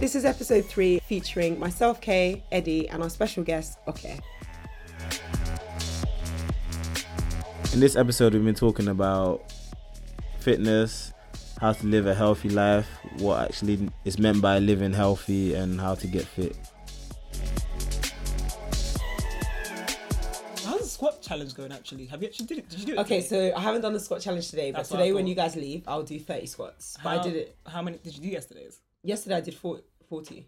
This is episode three featuring myself, Kay, Eddie, and our special guest, Okay. In this episode, we've been talking about fitness, how to live a healthy life, what actually is meant by living healthy, and how to get fit. How's the squat challenge going? Actually, have you actually did it? Did you do it? Okay, today? so I haven't done the squat challenge today, but That's what I today when thought. you guys leave, I'll do 30 squats. But how, I did it How many did you do yesterday's? yesterday, I did 40. 40.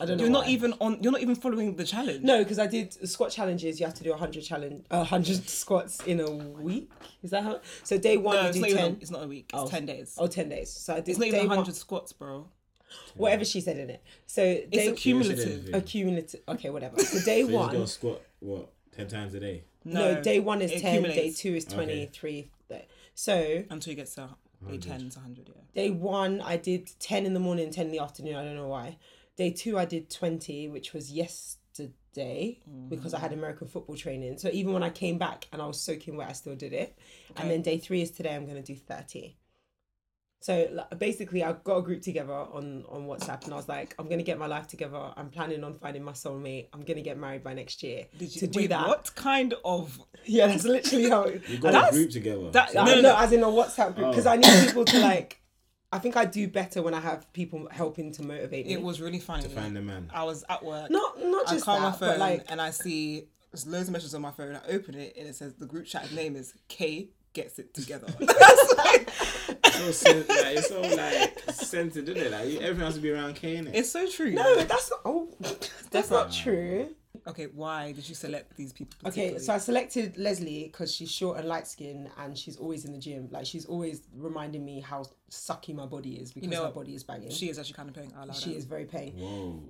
I don't know. You're not why. even on. You're not even following the challenge. No, because I did squat challenges. You have to do 100 challenge, uh, 100 squats in a week. Is that how? So day one, No, you it's, do not 10. even a, it's not a week. It's Oh. ten days. Oh, 10 days. So I did It's not day even one, hundred squats, bro. whatever she said in it. So It's day accumulative. accumulative. Okay, whatever. So day So you just gonna one. squat what ten times a day? No, day one is 10, it day accumulates two is 23. th- So until you get to day ten to hundred. Yeah. day one, I did 10 in the morning, 10 in the afternoon. I don't know why. Day two, I did 20, which was yesterday Mm-hmm. because I had American football training. So even when I came back and I was soaking wet, I still did it. And Okay. then day three is today, I'm going to do 30. So like, basically, I got a group together on, on WhatsApp and I was like, I'm going to get my life together. I'm planning on finding my soulmate. I'm going to get married by next year. Did you to do wait, that. What kind of? Yeah, that's literally how You got That's- a group together. that- so I- no, no, no, Oh. no. as in a WhatsApp group because I need people to like. I think I do better when I have people helping to motivate me. It was really funny. To find a man. I was at work. not not I just call that, my phone but like and I see there's loads of messages on my phone. I open it and it says the group chat name is K gets it together. so sen- like, it's so like centered, isn't it? Like you- everything has to be around K, innit? it's so true. no, that's not. Oh, that's not true. Okay, why did you select these people? Okay, particularly? so I selected Leslie because she's short and light skinned and she's always in the gym. Like she's always reminding me how sucky my body is because know, her body is banging. She, she is actually kind of playing out loud. is very paying. Whoa.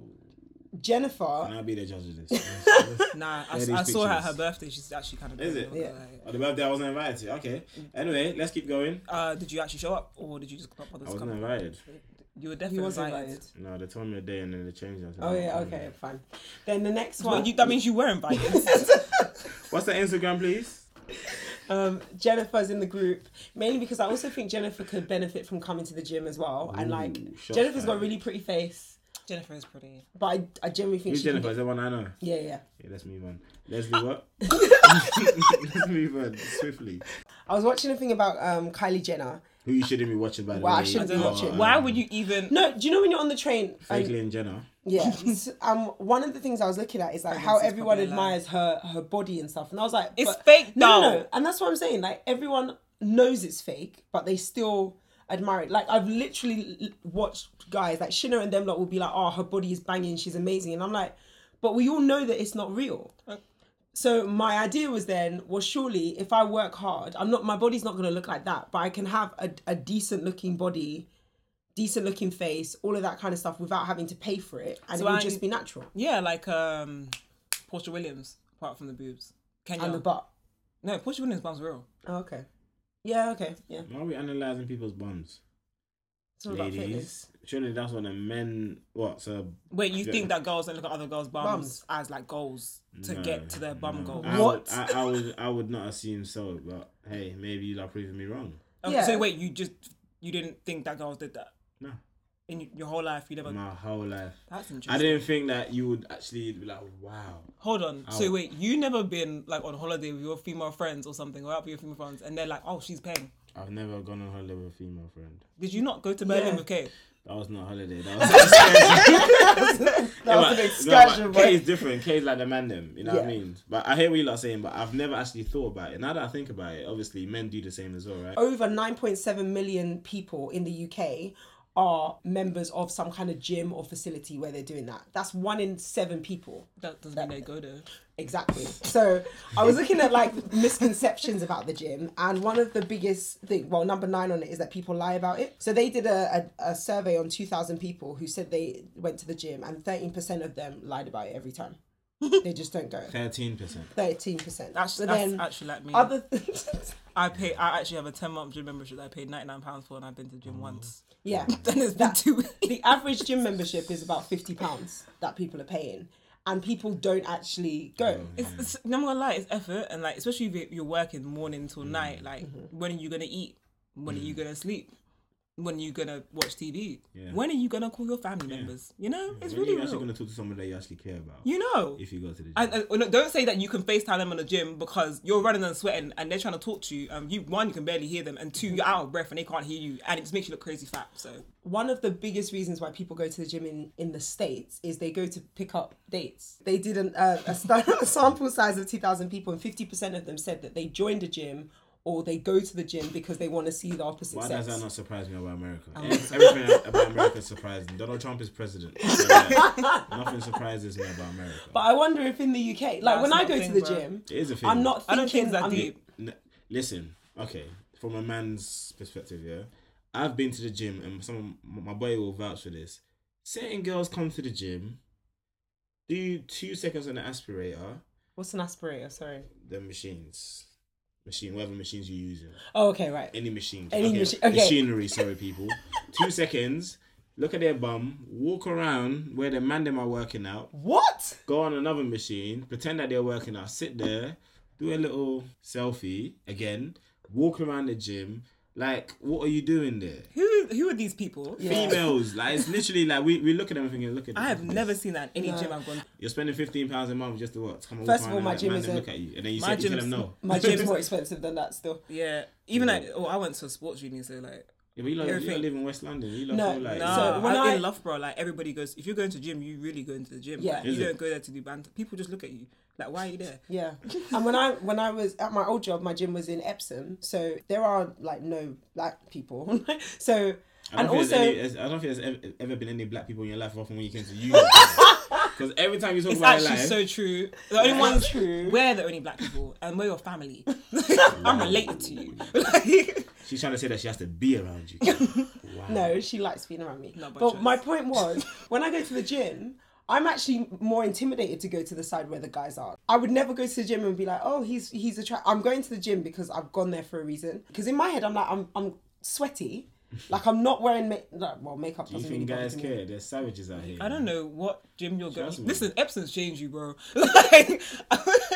Jennifer, And I'll be the judge of this. Nah, I, There are I these saw her at her pictures. birthday. She's actually kind of. Is playing it? out loud. oh, the birthday I wasn't invited to. Okay. Anyway, let's keep going. Uh, did you actually show up, or did you just not bother I to wasn't come? invited. You were he definitely was invited. invited. No, they told me a day and then they changed it. I said, Oh "No, yeah, I'm okay, not." fine. Then the next Well, one, you, that means you were invited. What's the Instagram, please? um, Jennifer's in the group mainly because I also think Jennifer could benefit from coming to the gym as well. and like Ooh, shots Jennifer's got a fired. really pretty face, Jennifer is pretty. but I, I generally think Who's she can Jennifer? Is that one I know? get- yeah, yeah. Yeah, let's move on. Leslie, what? let's move on swiftly. I was watching a thing about um, Kylie Jenner. Who you shouldn't be watching, by the Well, I way. shouldn't be are, watching. Why um, would you even? No, do you know when you're on the train? and- Franklin Jenner. yeah. s- um, one of the things I was looking at is like how Pregnancy's everyone probably a lie. admires her her body and stuff, and I was like, It's but- fake, No, no, though. no, and that's what I'm saying. Like everyone knows it's fake, but they still admire it. Like I've literally l- watched guys like Shino and them lot will be like, "Oh, her body is banging, she's amazing," and I'm like, but we all know that it's not real. So my idea was then, well, surely if I work hard, I'm not. My body's not going to look like that, but I can have a, a decent looking body, decent looking face, all of that kind of stuff without having to pay for it, and it will I- just be natural. Yeah, like um, Portia Williams, apart from the boobs. Kenya. And the butt. No, Portia Williams' mum's real. Oh, okay. Yeah. Okay. Yeah. Why are we analysing people's bums? It's all about fitness. Ladies. Surely that's what the men what, so Wait, you Yeah. think that girls don't look at other girls' bums, Bums. as like goals to no, get to their bum no. goal? I What? Would, I, I would I would not assume so, but hey, maybe you are proving me wrong. Okay, Yeah. So wait, you just you didn't think that girls did that No. in y- your whole life? You never. My whole life. That's interesting. I didn't think that you would actually be like, wow. Hold on. So Ow. wait, you never been like on holiday with your female friends or something, or out with your female friends, and they're like, "Oh, she's paying." I've never gone on holiday with a female friend. Did you not go to Berlin Yeah. with Kay? That was not a holiday. That was an excursion. That was Yeah, an but- excursion, no, but boy. K is different. K is like the man them. You know what I Yeah. mean? But I hear what you lot are saying, but I've never actually thought about it. Now that I think about it, obviously men do the same as well, right? over 9.7 million people in the UK are members of some kind of gym or facility where they're doing that. That's one in seven people. That doesn't mean they go there. Exactly. So I was looking at like misconceptions about the gym, and one of the biggest thing, well, number nine on it is that people lie about it. So they did a, a, a survey on 2,000 people who said they went to the gym, and 13% of them lied about it every time. they just don't go. Thirteen percent. 13%. That's, so that's then actually like me. other things. I pay. I actually have a ten month gym membership that I paid ninety nine pounds for, and I've been to the Oh. gym once. yeah. Then it's been two weeks. the average gym membership is about fifty pounds that people are paying, and people don't actually go. It's, it's, I'm gonna lie, it's effort, and like Mm-hmm. Mm. especially if you're working morning till night. Like, when are you gonna eat? When are you gonna sleep? when you gonna watch TV? Yeah. When are you gonna call your family members? You know, it's When are really you actually real. going to talk to someone that you actually care about? You know, If you go to the gym. and, and- no, don't say that you can FaceTime them in the gym because you're running and sweating and they're trying to talk to you. Um, you one, you can barely hear them, and two, you're out of breath and they can't hear you, and it just makes you look crazy fat. So one of the biggest reasons why people go to the gym in, in the states is they go to pick up dates they did an, uh, a, stu- a sample size of 2000 people and 50% of them said that they joined a gym or they go to the gym because they want to see the opposite Why sex does that not surprise me about America? Ev- Everything about America surprised me. Donald Trump is president. So, like, nothing surprises me about America. but i wonder if in the uk like when i not go a to thing, the bro. gym it is a thing. i'm not thinking I don't think it's that I'm- deep. N- listen, okay, from a man's perspective, yeah, I've been to the gym, and some my boy will vouch for this. Certain girls come to the gym, do two seconds on the aspirator, what's an aspirator sorry the machines, machine, whatever machines you're using, oh okay right any machine, Any machi- okay. machinery. Sorry, people. two seconds. Look at their bum, walk around where the man them are working out, what go on another machine, pretend that they're working out, sit there, do a little selfie again, walk around the gym. Like, what are you doing there? who who are these people? Females, like it's literally like we, we look at them and thinking, look at. I have this. never seen that in any gym I've gone. You're spending fifteen pounds a month just to what? To come and First walk of all, around my and let gym man is them a- look at you, and then you, my say, you tell gym's- them no. my gym's more expensive than that still Yeah, even like oh, I went to a sports uni, so like Yeah, but you lot, you lot everything. live in West London. You lot No, feel like no. nah, So when Ah, I, I- in Loughborough, like everybody goes. If you're going to gym, you really go into the gym. Yeah. Like, you Is it? don't go there to do banter. People just look at you like, why are you there? Yeah. And when I when I was at my old job, my gym was in Epsom, so there are like no black people. so I and don't, think also there's any, I don't think there's ever, ever been any black people in your life apart from when you came to you. Because every time you talk It's about your actually life, so true. The only ones true. we're the only black people, and we're your family. I'm related to you. Like, she's trying to say that she has to be around you. Wow. No, she likes being around me. Not by but choice. my point was, when I go to the gym, I'm actually more intimidated to go to the side where the guys are. I would never go to the gym and be like, "Oh, he's he's a tra-. I'm going to the gym because I've gone there for a reason. Because in my head, I'm like, I'm I'm sweaty, like I'm not wearing make like, well makeup. You Doesn't really think bother guys me. care? There's savages out here. I don't know what gym you're going. Trust me. Listen, Epsom's changed you, bro. Like,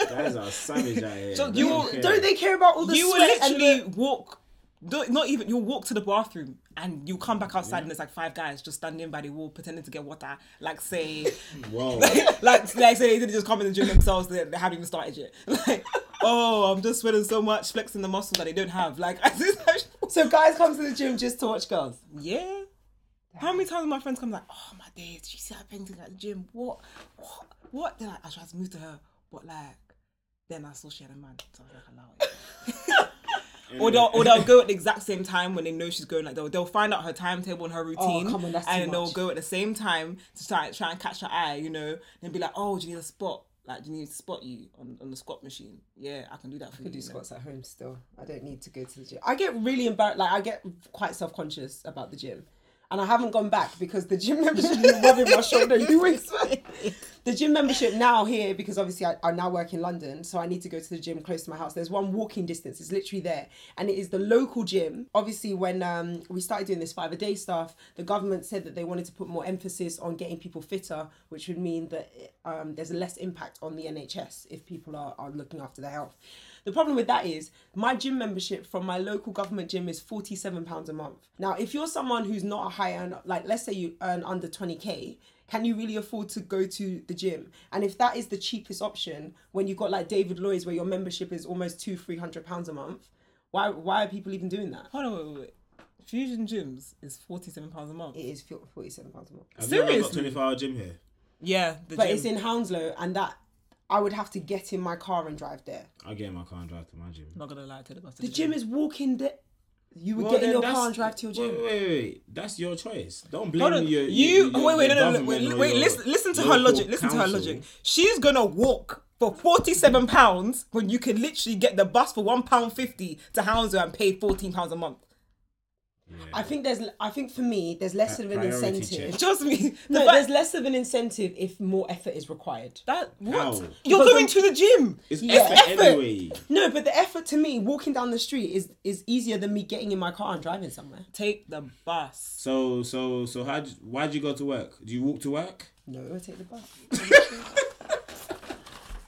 Guys are savage out here. So They you- don't care. Don't they care about all the you will sweat and the- literally walk. don't- Not even you'll walk to the bathroom and you'll come back outside and there's like five guys just standing by the wall pretending to get water, like say Whoa. like like say they didn't just come in the gym themselves they, they haven't even started yet like oh i'm just sweating so much flexing the muscles that they don't have like I just, So guys come to the gym just to watch girls. yeah how many times my friends come like oh my days did you see her painting at the gym what what what they're like i tried to move to her but like then i saw she had a man so i was like allow it or they'll, or they'll go at the exact same time when they know she's going. Like they'll, they'll find out her timetable and her routine, Oh, come on, that's too and then they'll much. go at the same time to try try and catch her eye. You know, then be like, "Oh, do you need a spot? Like, do you need to spot you on, on the squat machine? Yeah, I can do that for you." do you know? squats at home still. I don't need to go to the gym. I get really embarrassed. Like I get quite self conscious about the gym, and I haven't gone back because the gym membership is rubbing my shoulder doing sweat. The gym membership now here because obviously I, I now work in London, so I need to go to the gym close to my house. There's one walking distance. It's literally there, and it is the local gym. Obviously, when um, we started doing this five a day stuff, the government said that they wanted to put more emphasis on getting people fitter, which would mean that um, there's less impact on the NHS if people are, are looking after their health. The problem with that is my gym membership from my local government gym is £47 a month. Now, if you're someone who's not a high earner, like let's say you earn under 20K, can you really afford to go to the gym? And if that is the cheapest option, when you've got like David Lloyd's where your membership is almost two, three hundred pounds a month, why why are people even doing that? Hold on, wait, wait, wait. Fusion gyms is forty seven pounds a month. It is forty seven pounds a month. Have you ever got Seriously? 24 hour gym here? Yeah, the But gym. it's in Hounslow and that I would have to get in my car and drive there. I get in my car and drive to my gym. I'm not gonna lie to the bus. The gym is walking there. You would Well, get in then your that's- car and drive to your gym. Wait, wait, wait, wait. That's your choice. Don't blame Hold on. your. you oh, your- your wait, wait, no, no, no, government wait, or wait. your Listen, listen to her local logic. Listen to her council. logic. She's gonna walk for forty-seven pounds when you can literally get the bus for one pound fifty to Hounslow and pay fourteen pounds a month. I think there's I think for me there's less Pri- of an priority incentive. check. Trust me. The No, fact- there's less of an incentive if more effort is required. that what How? you're Because I'm- going to the gym. It's Yeah. effort Effort. anyway. No, but the effort to me walking down the street is is easier than me getting in my car and driving somewhere. Take the bus. So, so, so, how? Why'd you go to work? Do you walk to work? No, I take the bus.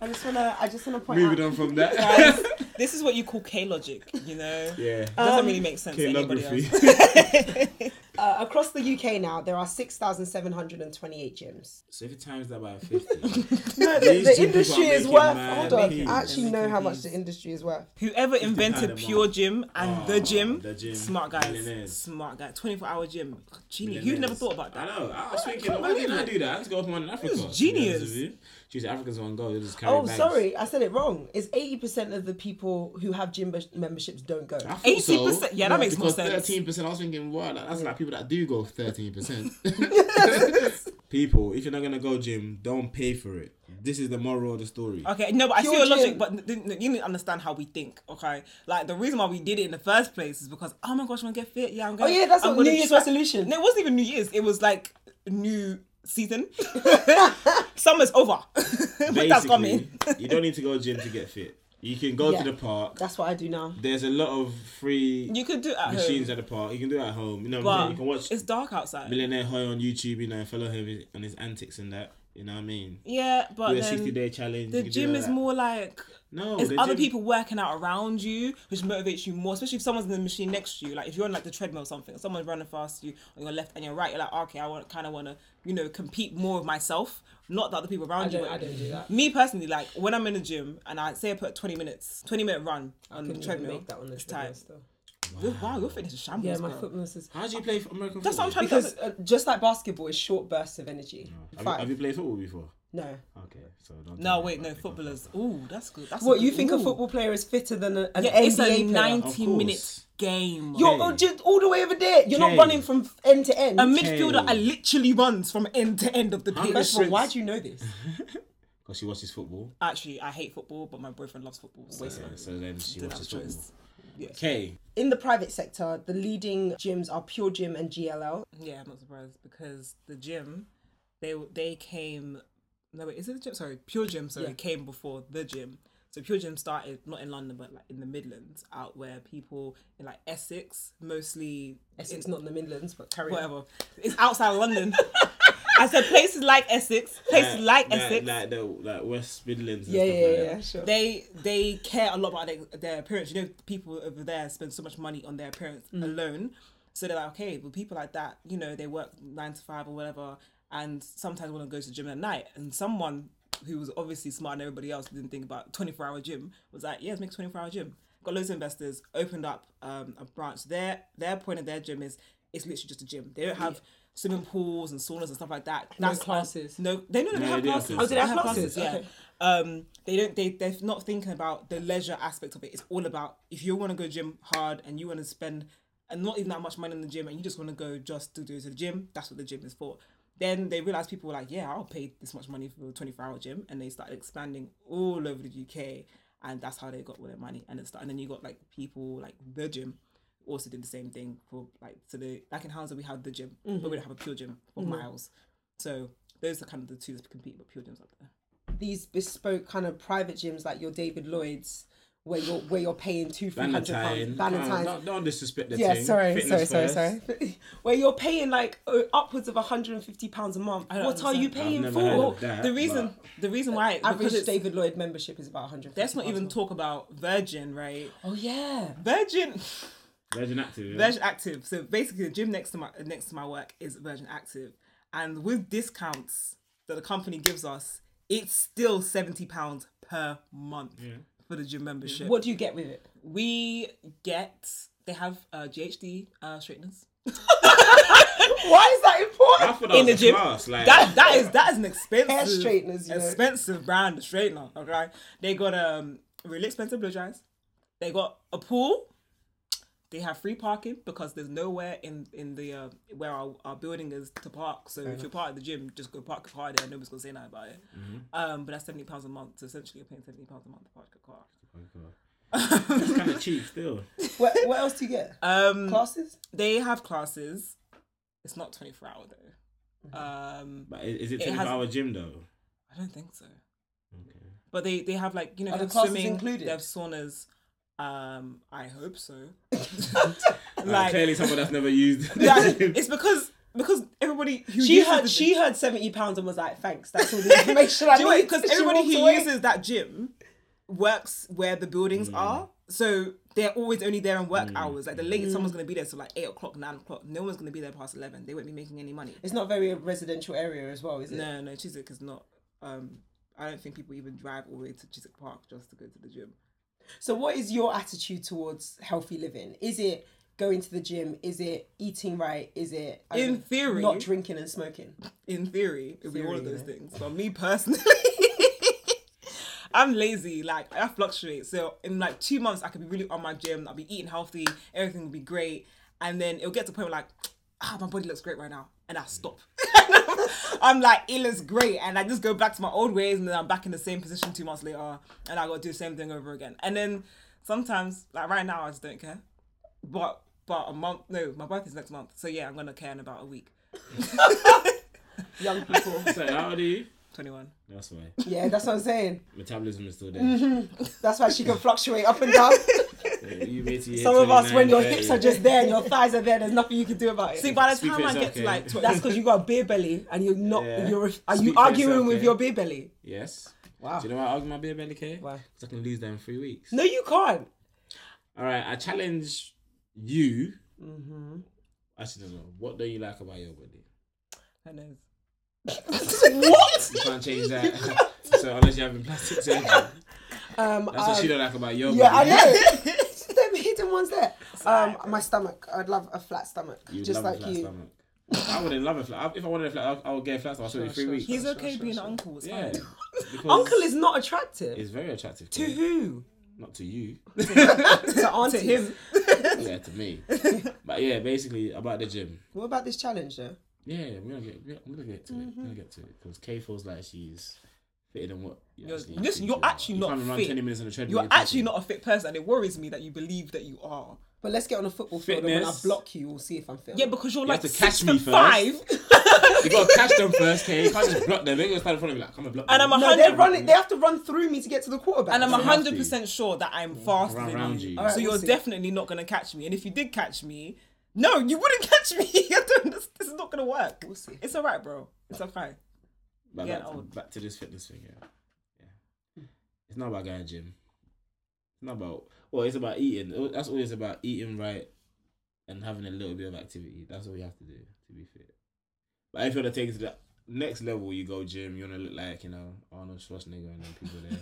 I just wanna I just wanna point Moving out on from that. This is what you call K logic, you know? Yeah. Doesn't Um, really make sense to anybody else. Calligraphy. Uh, across the UK now, there are 6,728 gyms. so if you times that by 50, No, the, These the two industry people are is making worth. mad Hold on, peas. I actually They're know making how much peas. the industry is worth. Whoever invented pound a Pure month. Gym and Oh, the gym, the gym. smart guys, Millionaires. smart guy, 24 hour gym. Genie, Millionaires. you never thought about that. I know. I was thinking, why didn't I do that? I had to go open one in Africa. is to be honest genius. with you. Jeez, Africans on go. They just carry Oh, bags. sorry, I said it wrong. It's 80% of the people who have gym bes- memberships don't go. I thought 80%. so. Yeah, that makes more because sense. Thirteen percent. I was thinking, wow, that- that's like people that do go thirteen percent. People, if you're not gonna go gym, don't pay for it. This is the moral of the story. Okay, no, but I see Pure your logic, gym. but n- n- you need to understand how we think, okay? Like, the reason why we did it in the first place is because, oh my gosh, I'm gonna get fit. Yeah, I'm Oh, gonna. yeah, that's I'm what gonna New Year's try- resolution. No, it wasn't even New Year's. It was like new season. Summer's over. but that's Basically, coming. you don't need to go gym to get fit. You can go Yeah. to the park. That's what I do now. There's a lot of free You could do it at machines home, at the park. You can do it at home. You know what I'm but saying? You can watch it's dark outside. Millionaire Hoy on YouTube. You know, and follow him on his antics and that. You know what I mean? Yeah, but Do a 60 then day challenge. the you can do gym all is that. more like No, it's the other gym- people working out around you, which motivates you more. Especially if someone's in the machine next to you, like if you're on like the treadmill or something, someone's running fast you on your left and your right. You're like, okay, I want kind of want to you know compete more with myself, not the other people around you. don't- I don't do that. Me personally, like when I'm in the gym and I say I put 20 minutes, 20 minute run on the Couldn't even treadmill, make that on the it's treadmill tight. still. Wow, wow your fitness is shambles. Yeah, my girl. footness is. How do you play f- American That's what football? I'm trying to Because uh, just like basketball, is short bursts of energy. Have you, Five. have you played football before? No. Okay, so don't. No, wait, no, footballers. Ooh, that's good. That's a What good- you think a ooh. football player is fitter than a, an Yeah, NBA it's a player? 90 minute course. game. You're all, just all the way over there. You're Okay. not running from end to end. a midfielder Okay. that literally runs from end to end of the How pitch. First of all, why do you know this? Because she watches football. Actually, I hate football, but my boyfriend loves football. So So, so then she didn't watches have football. a choice. Yeah. Okay, In the private sector, the leading gyms are Pure Gym and GLL. yeah, I'm not surprised because the gym, they they came. No, wait, is it the gym? Sorry, Pure Gym. Sorry, Yeah. came before the gym. So Pure Gym started not in London, but like in the Midlands, out where people in like Essex, mostly Essex, not in the Midlands, but carry on. whatever. It's outside of London. I said places like Essex, places like, Essex. like the like West Midlands. And Yeah, stuff yeah, like yeah, that. sure. they they care a lot about their, their appearance. You know, people over there spend so much money on their appearance Mm. alone. So they're like, okay, well, people like that, you know, they work nine to five or whatever, and sometimes want to go to the gym at night. And someone who was obviously smart and everybody else didn't think about twenty four hour gym was like, yeah, let's make twenty four hour gym. Got loads of investors, opened up um, a branch. Their their point of their gym is it's literally just a gym. They don't have swimming pools and saunas and stuff like that. That's classes. No, they don't No, they have they do have classes. classes. Oh, do they have classes? Yeah. Okay. Um, they don't. They they're not thinking about the leisure aspect of it. It's all about if you want to go gym hard and you want to spend and not even that much money in the gym and you just want to go just to do to the gym. That's what the gym is for. Then they realized people were like, yeah, I'll pay this much money for a twenty four hour gym, and they started expanding all over the UK, and that's how they got all their money. And it started, and then you got like people like the gym. Also did the same thing for like so the like in Houser we had the gym, but we don't have a pure gym for miles. So those are kind of the two that compete, but pure gyms up there. These bespoke kind of private gyms like your David Lloyd's, where you're where you're paying two three hundred Valentine. pounds. Valentine. Valentine's. Don't, don't disrespect the yeah, team. sorry, Fitness sorry, first. sorry, sorry. Where you're paying like uh, upwards of 150 pounds a month. What don't are you understand. paying I've never heard for? of that, the reason, but- the reason why because Average it's, David Lloyd membership is about 100. let's not even talk about Virgin, right? Oh yeah. Virgin, Virgin Active. Yeah? Virgin Active. So basically, the gym next to my next to my work is Virgin Active, and with discounts that the company gives us, it's still seventy pounds per month for the gym membership. What do you get with it? We get, they have uh, GHD uh, straighteners. Why is that important? I thought that in the was a gym. class. Like that that is that is an expensive Hair straighteners, you know. expensive brand of straightener. Okay, they got um really expensive blow dries. They got a pool. They have free parking because there's nowhere in in the uh, where our, our building is to park. So if you're part of the gym, just go park your car there. Nobody's gonna say nothing about it. Um, but that's seventy pounds a month. So essentially, you're paying seventy pounds a month to park your car. oh It's kind of cheap still. what, what else do you get? Um, Classes? they have classes. It's not twenty four hour though. Mm-hmm. Um, But i- is it It has- 24 hour gym though? I don't think so. But they they have like you know Are the they have classes swimming, included? they have saunas. Um, I hope so. Like, like, Uh, clearly, someone that's never used. the yeah, gym. it's because because everybody who She uses heard the she heard 70 pounds and was like, thanks, that's all the information I gym, need. because She everybody walked who away. uses that gym works where the buildings are. So they're always only there on work hours. Like the latest Mm. someone's gonna be there till like eight o'clock, nine o'clock. No one's gonna be there past eleven. They won't be making any money. It's not very a residential area as well, is it? No, no, Chiswick is not. Um, I don't think people even drive all the way to Chiswick Park just to go to the gym. So, what is your attitude towards healthy living? Is it going to the gym? Is it eating right? Is it I In don't- theory- not drinking and smoking? In theory, it'd be one of Theory, those innit? things. But me personally, I'm lazy. Like I fluctuate. So in like two months, I could be really on my gym. I'll be eating healthy. Everything will be great. And then it'll get to a point where like, ah, my body looks great right now, and I stop. I'm like, it looks great, and I just go back to my old ways, and then I'm back in the same position two months later, and I got to do the same thing over again. And then sometimes, like right now, I just don't care. But but a month, no, my birthday's next month, so yeah, I'm gonna care in about a week. Young people. So how do you? Twenty one. That's why yeah, that's what I'm saying. metabolism is still there. Mm-hmm. That's why she can fluctuate up and down. You wait till you're Some of us, 29, when your 30. hips are just there and your thighs are there, there's nothing you can do about it. See, by the Speak for time I get yourself, to Kay. like, tw- That's because you got a beer belly and you're not. Yeah. You're are Speak you for arguing yourself, with yeah. your beer belly? Yes. Wow. Do you know why I argue my beer belly, Kay? Why? Because I can lose that in three weeks. No, you can't. All right, I challenge you. Mm-hmm. Actually, no, no. What don't you like about your body? I know. what? You can't change that. so unless you're having plastic surgery, that's Um, what um, she don't like about your yeah, I body. know. Them hidden ones there. Um, my stomach. I'd love a flat stomach, You just love a like flat you. stomach. I wouldn't love a flat. If I wanted a flat, I I would get a flat stomach in three weeks. He's okay being an uncle. It's Yeah. fine. Because Uncle is not attractive. it's very attractive. to Kay. who? Not to you. to auntie him. yeah, to me. But yeah, basically about the gym. What about this challenge though? Yeah, we're gonna get we're gonna get to it. We're Mm-hmm. gonna get to it because Kay feels like she's fitter than what. you You're- actually listen, think you're you are. actually You not can't even run fit. Twenty minutes on the treadmill. You're you're actually pushing. not a fit person, and it worries me that you believe that you are. But let's get on a football field and when I Fitness. block you, we'll see if I'm fit. Yeah, because you're You like have to catch six me first. foot five, You gotta catch them first, Kay. You can't just block them. They're gonna stand in front of you like, come and block and me. I'm a no, they hundred, run it. They have to run through me to get to the quarterback. and I'm They have hundred to. percent sure that I'm faster Around- than around you. you. So Alright, you're we'll see. definitely not gonna catch me. And if you did catch me, no, you wouldn't catch me. I don't, this, this is not gonna work. We'll see. It's alright, bro. It's okay. But Yeah, back, to, old. back to this fitness thing, yeah. yeah. It's not about going to gym. It's not about well, it's about eating. Oh, That's always about eating right and having a little bit of activity. That's all you have to do to be fit. But if you want to take it to the next level, you go gym. You want to look like you know Arnold Schwarzenegger and them people there.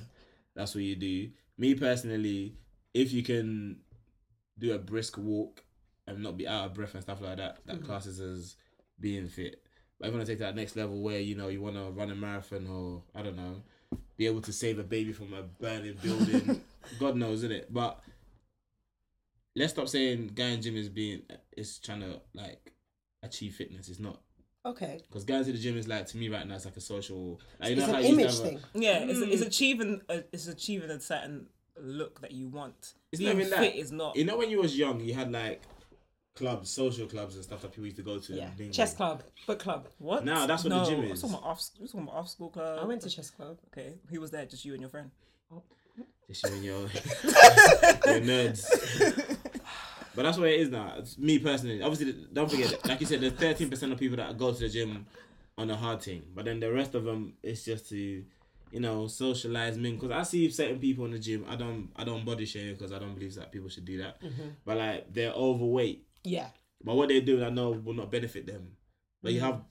That's what you do. Me personally, if you can do a brisk walk and not be out of breath and stuff like that, Mm-hmm. that classes as being fit. But if you want to take that next level where you know you want to run a marathon or I don't know, be able to save a baby from a burning building, God knows, isn't it? But let's stop saying going gym is being is trying to like achieve fitness. It's not Okay. because going to the gym is like to me right now it's like a social. Like, you It's know an how you used to image have a- thing. Yeah, it's, Hmm. it's achieving a, it's achieving a certain look that you want. It's Being not even fit that. is not. You know when you was young, you had like clubs, social clubs and stuff that people used to go to. Yeah. and mingle. Chess club, book club. What? No, that's what the gym I was is. talking about off, I was talking about off school club. I went to chess club. Okay, who was there? Just you and your friend. Just you and your, your nerds. But that's what it is now. It's me personally. Obviously, don't forget, like you said, there's 13% of people that go to the gym on a hard thing. But then the rest of them, it's just to, you know, socialize, mingle. Because I see certain people in the gym. I don't, I don't body shame because I don't believe that people should do that. But like, they're overweight. Yeah. But what they do, I know will not benefit them. But you have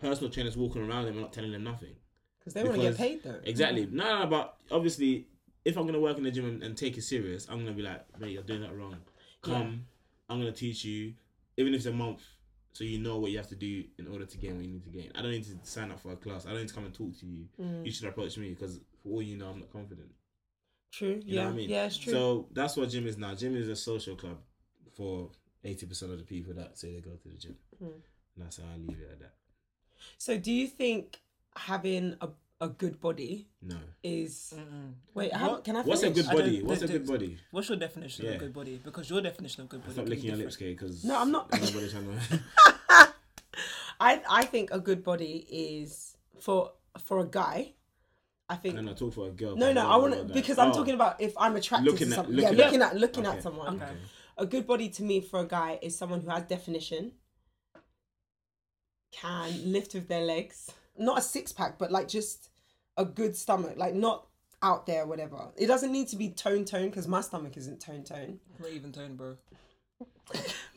personal trainers walking around them and not telling them nothing. Because they want to get Because- paid though. Exactly. No, no, but obviously, if I'm gonna work in the gym and, and take it serious, I'm gonna be like, mate, you're doing that wrong. Come, I'm gonna teach you, even if it's a month, so you know what you have to do in order to gain what you need to gain. I don't need to sign up for a class. I don't need to come and talk to you. Mm. You should approach me because for all you know, I'm not confident. True. You yeah. know what I mean? Yeah, it's true. So that's what gym is now. Gym is a social club for eighty percent of the people that say they go to the gym. Hmm. And that's how I leave it at that. So, do you think having a, a good body No. is wait? How, What- can I? What's a finish? good I don't- body? What's a don't- good body? What's your definition of Yeah. a good body? Because your definition of good body. Stop could be licking your lips, different. Kay, because No, I'm not. Nobody's trying to. I I think a good body is for for a guy. I think No, no, talk for a girl. no, no. but don't I know want to about that. because I'm Oh, talking about if I'm attracted Looking to at- someone. looking yeah, at- looking at looking Okay. at someone. Okay. A good body to me for a guy is someone who has definition, can lift with their legs. Not a six pack, but like just a good stomach. Like not out there, whatever. It doesn't need to be tone tone because my stomach isn't tone tone. Not even tone, bro.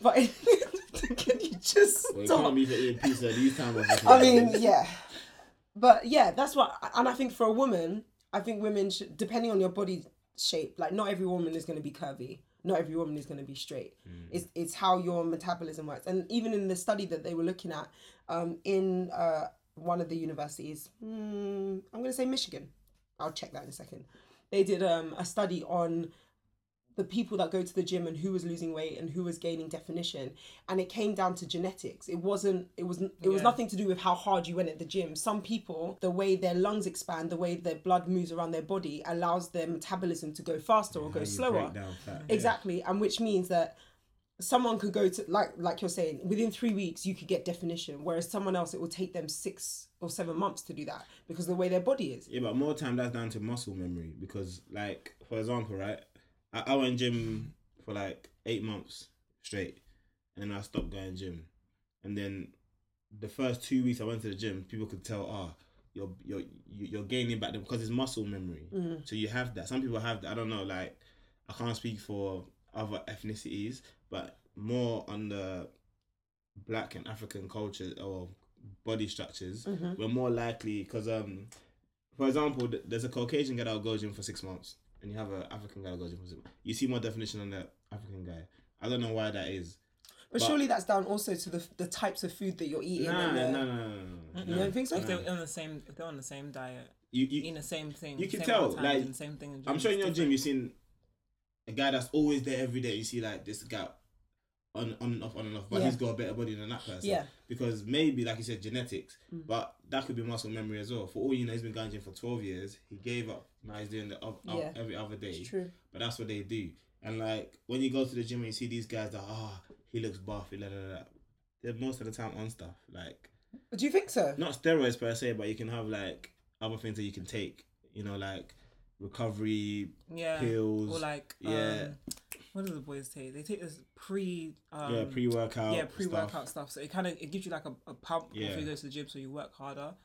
But can you just Well, you stop? can't be eating pizza at these times. I mean, yeah. But yeah, that's what. And I think for a woman, I think women should, depending on your body shape, like not every woman is going to be curvy. Not every woman is going to be straight. It's it's how your metabolism works. And even in the study that they were looking at, um, in uh one of the universities, hmm, I'm going to say Michigan. I'll check that in a second. They did um a study on the people that go to the gym and who was losing weight and who was gaining definition and it came down to genetics it wasn't it was it was Yeah. nothing to do with how hard you went at the gym some people the way their lungs expand the way their blood moves around their body allows their metabolism to go faster or go slower exactly and which means that someone could go to like like you're saying within three weeks you could get definition whereas someone else it will take them six or seven months to do that because of the way their body is Yeah, but more time that's down to muscle memory because, like, for example, right, I, I went gym for like eight months straight, and then I stopped going gym, and then the first two weeks I went to the gym, people could tell, ah, you're you're you- you're gaining back them because it's muscle memory. So you have that. Some people have that. I don't know. Like, I can't speak for other ethnicities, but more on the black and African cultures or body structures, we're more likely because um for example, th- there's a Caucasian guy that'll go gym for six months, and you have an African guy that'll go gym for six months. You see more definition on that African guy. I don't know why that is. but, But- surely that's down also to the the types of food that you're eating Nah, and nah, the- nah, nah, nah, nah, you nah. don't think so If they're on the same, if they're on the same diet, You, eating you, the same thing, You can same tell, amount of time, like, doing the same thing. in gym, I'm sure in it's your gym different. you've seen a guy that's always there every day. You see like this guy on on and off on and off, but Yeah. he's got a better body than that person. Yeah. Mm. Because maybe like you said, genetics, but that could be muscle memory as well. For all you know, he's been going gym for 12 years. He gave up. Now he's doing the up, up Yeah. every other day. it's true But that's what they do. And like when you go to the gym and you see these guys that ah he looks buff, he la la la. la." They're most of the time on stuff like do you think so not steroids per se, but you can have like other things that you can take. You know, like recovery yeah, pills. or like, yeah. um, what do the boys take? They take this pre, um, yeah, pre workout. yeah, pre-workout stuff. So it kind of it gives you like a, a pump Yeah. before you go to the gym, so you work harder.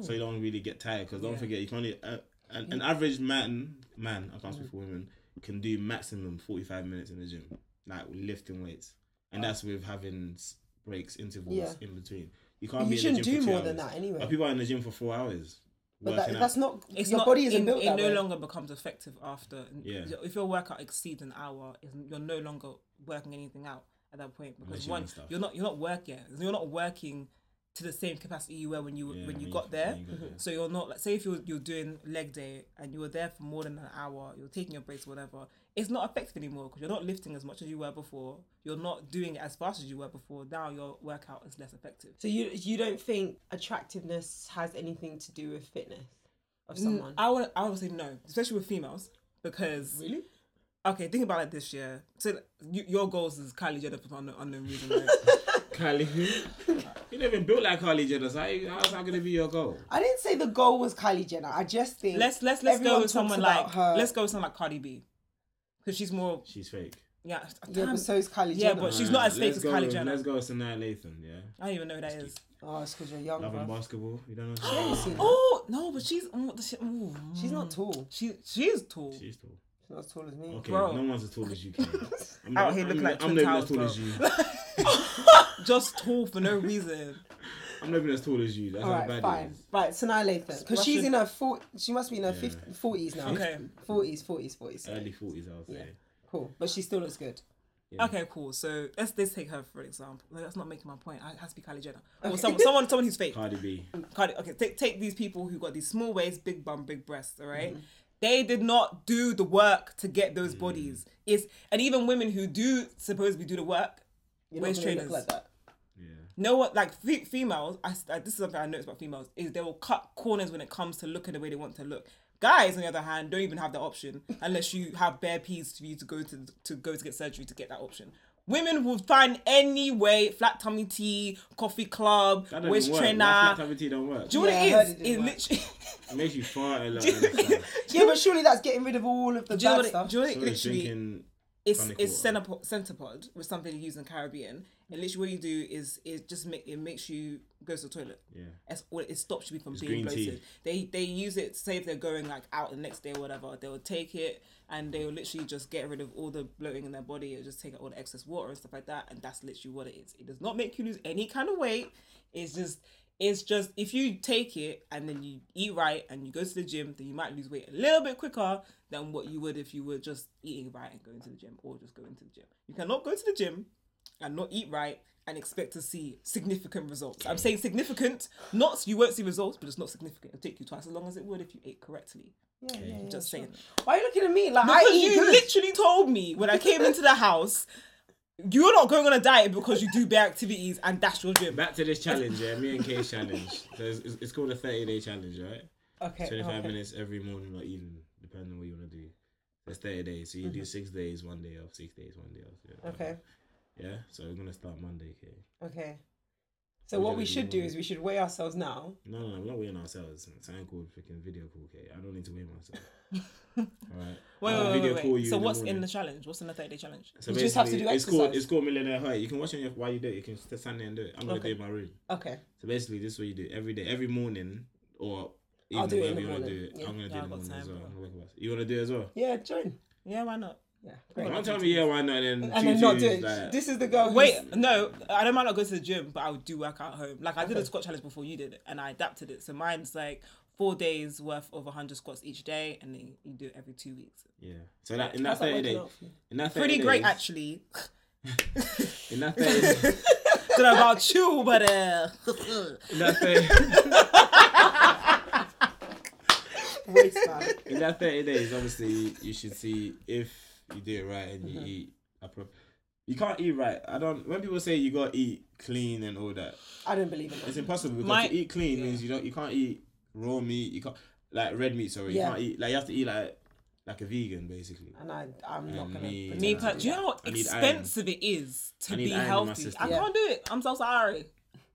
So you don't really get tired because don't Yeah. forget you can only uh, an, an average man man I can't Mm. speak for women can do maximum forty five minutes in the gym like lifting weights, and that's with having s- breaks intervals Yeah. in between. You can't. You be shouldn't in the gym do for two more than hours. that anyway. But people are in the gym for four hours. But working that, out. that's not. It's your not, body isn't it, built it that no way. longer becomes effective after. Yeah. If your workout exceeds an hour, it's- you're no longer working anything out at that point because you're one, doing stuff. you're not you're not working. You're not working to the same capacity you were when you Yeah, when you when got there. when you got there. So you're not like say if you're you're doing leg day and you were there for more than an hour, you're taking your breaks, whatever. It's not effective anymore because you're not lifting as much as you were before. You're not doing it as fast as you were before. Now your workout is less effective. So you you don't think attractiveness has anything to do with fitness of Mm, someone? I would I would say no, especially with females because really? okay, think about it this year. So like, you, your goals is Kylie Jenner for unknown, unknown reason, right? Kylie, you never even built like Kylie Jenner. So how, how's that gonna be your goal? I didn't say the goal was Kylie Jenner. I just think let's let's let's everyone go talks with someone about like her. let's go with someone like Cardi B because she's more She's fake. yeah Yeah, damn, but so is Kylie Yeah, Jenner. but she's not as fake Let's as go Kylie with- Jenner. Let's go with Sanaa Lathan. Yeah, I don't even know who that is. oh, it's because you're young. loving bruv. basketball. You don't know. I haven't seen her. Oh no, but she's oh, the shit, oh, She's not tall. she she is tall. She's tall. She's not as tall as me. Okay, Bro. no one's as tall as you. Ken. I'm Out here looking like I'm Twin not even as Towers, tall bro. as you. Just tall for no reason. I'm not even as tall as you. That's All how right, bad it fine. is. Right, Sanaa Lathan, because she's Russian- in her 40, she must be in her 50, 40s now. Okay. 40s, 40s, 40s. Early forties, I would say. Cool, but she still looks good. Okay, cool. So let's let's take her for example. No, that's not making my point. I it has to be Kylie Jenner or someone someone someone who's fake. Cardi B. Cardi- okay, take take these people who got these small waist, big bum, big breasts, all right? Mm-hmm. They did not do the work to get those Mm. bodies. It's and even women who do supposedly do the work, You're waist not gonna trainers. look like that. Yeah. No one like fe- females. I, I- this is something I noticed about females is they will cut corners when it comes to looking the way they want to look. Guys, on the other hand, don't even have that option unless you have bare peas for you to go to to go to get surgery to get that option. Women will find any way, flat tummy tea, coffee club, That waist doesn't work. trainer. Why flat tummy tea don't work. Do you know Yeah, I heard what it is? it It, didn't work. literally. It makes you fart a lot. and stuff. Yeah, but surely that's getting rid of all of the Do you know bad what it, stuff. do you know what it Someone's literally? drinking. It's tonic it's water. centipod, centipod, which something they use in Caribbean, And literally, what you do is it just make it makes you go to the toilet. Yeah. It's, well, it stops you from It's being green tea. bloated. They they use it. Say if they're going like out the next day or whatever, they will take it and they will literally just get rid of all the bloating in their body. It'll just take out all the excess water and stuff like that. And that's literally what it is. It does not make you lose any kind of weight. It's just it's just if you take it and then you eat right and you go to the gym, then you might lose weight a little bit quicker than what you would if you were just eating right and going to the gym or just going to the gym. You cannot go to the gym and not eat right and expect to see significant results. I'm saying significant, not you won't see results, but it's not significant. It'll take you twice as long as it would if you ate correctly. Yeah, yeah, yeah, Just sure. saying. Why are you looking at me like I Because eat you good? literally told me when I came into the house, you're not going on a diet because you do bare activities and that's your gym. Back to this challenge, yeah. Me and Kay's challenge. So it's, it's- it's called a 30 day challenge, right? okay. 25 okay. minutes every morning or evening, depending on what you want to do. It's 30 days. So you do six days, one day off, six days, one day off. Yeah. Mm-hmm. Okay. Yeah. So we're going to start Monday, Kay. Okay. So We're what gonna we do should do one. is we should weigh ourselves now. No, no, no, we're not weighing ourselves. It's something called freaking video call, Kay. I don't need to weigh myself. All right. Wait, I'll wait, wait, video wait, call wait. you So in the what's in morning. the challenge? What's in the 30 day challenge? So You just have to basically, do it's called exercise. it's called millionaire height. You can watch on your while you do it. You can just stand there and do it. I'm gonna Okay. do it in my room. Okay. So basically, this is what you do every day, every morning or evening, do it in whenever the you wanna morning. do it. Yeah. I'm gonna do Yeah, it in I've the got morning as time well. for I'm gonna work with us. You wanna do it as well? Yeah, join. Yeah, why not? Yeah. Great. Don't tell me yeah, why not? And then And two, then not twos, do it. like- This is the girl. Who's, Wait, no, I don't mind not going to the gym, but I would do work at home. Like I did a squat challenge before you did it, and I adapted it. So mine's like four days worth of 100 squats each day, and then you do it every two weeks. Yeah. So that in that How's that thirty working days, out for you? in that 30 Pretty great, days- actually. In that thirty, days- don't know about you, but uh, in that thirty, Waste man. in that thirty days, obviously you should see if you do it right and Mm-hmm. you eat appropriate. You can't eat right. I don't. When people say you gotta eat clean and all that, I don't believe in It's it. impossible because My- to eat clean means you don't you can't eat raw meat. You can't like red meat. Sorry, Yeah. you can't eat like you have to eat like like a vegan basically. And I, I'm not And gonna. me- pretend me, to Yeah. per- do you know how I need iron. expensive it is to I need be iron in my healthy? system. I Yeah. can't do it. I'm so sorry.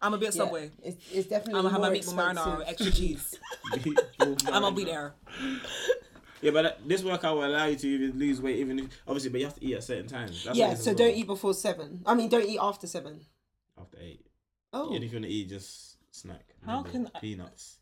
I'm a bit Yeah. Subway. It's, it's definitely. I'm gonna have my more meat with marinara, with expensive. extra cheese. I'm gonna be there. Yeah, but that, this workout will allow you to even lose weight, even if obviously, but you have to eat at certain times. That's what Yeah. it is So as don't well. eat before seven. I mean, don't eat after seven. after eight. Oh. And if you want to eat, just snack. How Maybe can I- peanuts?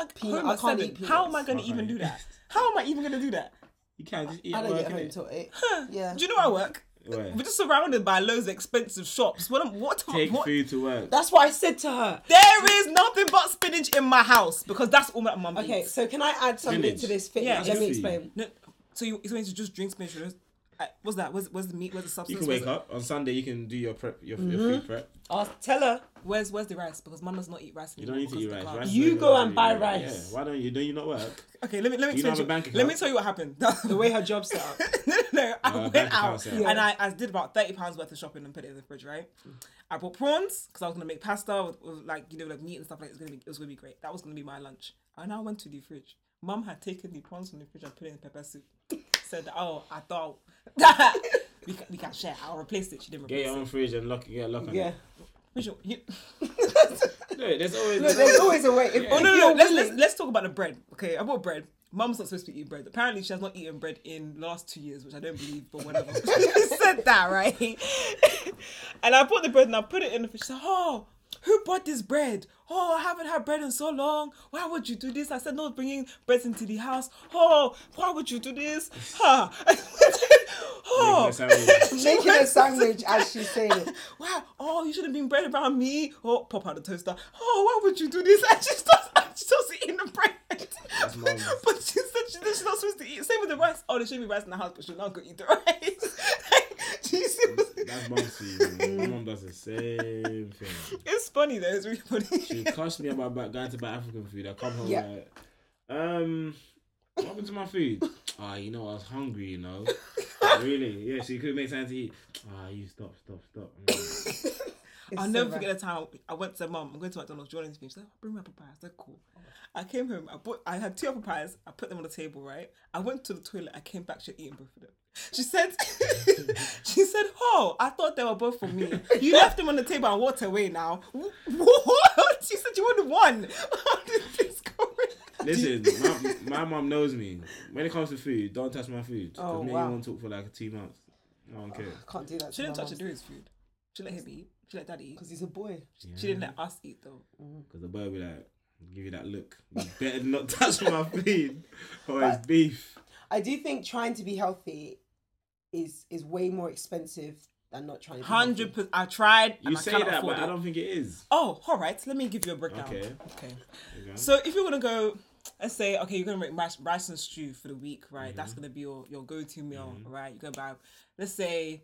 I, Peanut- home I at can't seven. eat How am I peanuts. going I to can't even eat do that? How am I even going to do that? You can't just eat I at don't work. get home innit? until eight. Yeah. Do you know where I work? Where? We're just surrounded by loads of expensive shops. What? am- What? Take what? food to work. That's what I said to her. There is nothing but spinach in my house because that's all my mum Okay, eats. so can I add something Spinach. to this fitness? Yeah. Let me Healthy. explain. No, so you, so you just drink spinach? With, uh, what's that? Where's, where's the meat? Where's the you substance? can wake where's, up on Sunday. You can do your prep, your, your Mm-hmm. food prep. Ask, tell her. Where's where's the rice? Because mum does not eat rice. You don't need to eat rice. rice is You really go bad and for buy you. rice. Yeah. Why don't you? Don't you not work? Okay, let me let me You don't explain. have to a bank let me account. tell you what happened. The way her job's set up. no, no, no. I Uh, bank went out accounts, yeah. and I, I did about thirty pounds worth of shopping and put it in the fridge. Right, I bought prawns because I was gonna make pasta with, with like you know like meat and stuff like it's gonna be it was gonna be great. That was gonna be my lunch. And I went to the fridge. Mum had taken the prawns from the fridge and put it in pepper soup. Said, "Oh, I thought that we can, we can share. I'll replace it." She didn't Get replace your it. own fridge and lock. Get a lock on Yeah. Which one- you- it. No, there's always. No, there's always a way. If, Oh if no, no, no. you're Let's, willing- let's let's talk about the bread. Okay, I bought bread. Mum's not supposed to be eating bread. Apparently, she has not eaten bread in the last two years, which I don't believe, but whatever. she said that, right? and I bought the bread and I put it in the fridge. She said, "Oh, who bought this bread? Oh, I haven't had bread in so long. Why would you do this?" I said, "No, bringing bread into the house. Oh, why would you do this? Huh? oh, Making a sandwich. making a sandwich as she's saying it. wow, oh, you should have been bread around me. Oh, pop out the toaster. Oh, why would you do this? And she starts, and she starts eating the bread. mum. but she said she, she's not supposed to eat. Same with the rice. Oh, there should be rice in the house, but she'll not go eat the rice. She's- That's mum's to you. man. My mum does the same thing. it's funny though, it's really She funny. cussed me about about going to buy African food. I come home Yeah. like, um, what happened to my food? Ah, you know, I was hungry. You know, really? Yeah. She couldn't make time to eat. Ah, you stop, stop, stop. Mm. It's I'll so never bad. forget the time I I went to mum. I'm going to McDonald's. Do you want anything? She said, "Oh, "Bring me apple pie." I said, "Cool." I came home. I bought. I had two apple pies. I put them on the table. Right. I went to the toilet. I came back. She had eaten both of them. She said, "She said, oh, I thought they were both for me. You left them on the table and walked away. Now, Wh- what?" She said, "You only one." How did this go? Listen, my, my mum knows me. When it comes to food, don't touch my food. Oh, Because me wow. and you won't talk for like two months. I don't care. I can't do that. She to didn't my touch mum. the dude's food. She let him eat. She let daddy eat. because he's a boy. She didn't let us eat though. Because the boy will be like, give you that look. You better not touch my food or it's beef. I do think trying to be healthy is is way more expensive than not trying to. be Hundred healthy. percent. I tried. You and say I cannot that, afford but I it. don't think it is. Oh, all right. Let me give you a breakdown. Okay. Okay. Okay. So if you're gonna go, let's say, okay, you're gonna make rice, rice and stew for the week, right? That's Mm-hmm. gonna be your, your go to meal, right? You're gonna buy, let's say,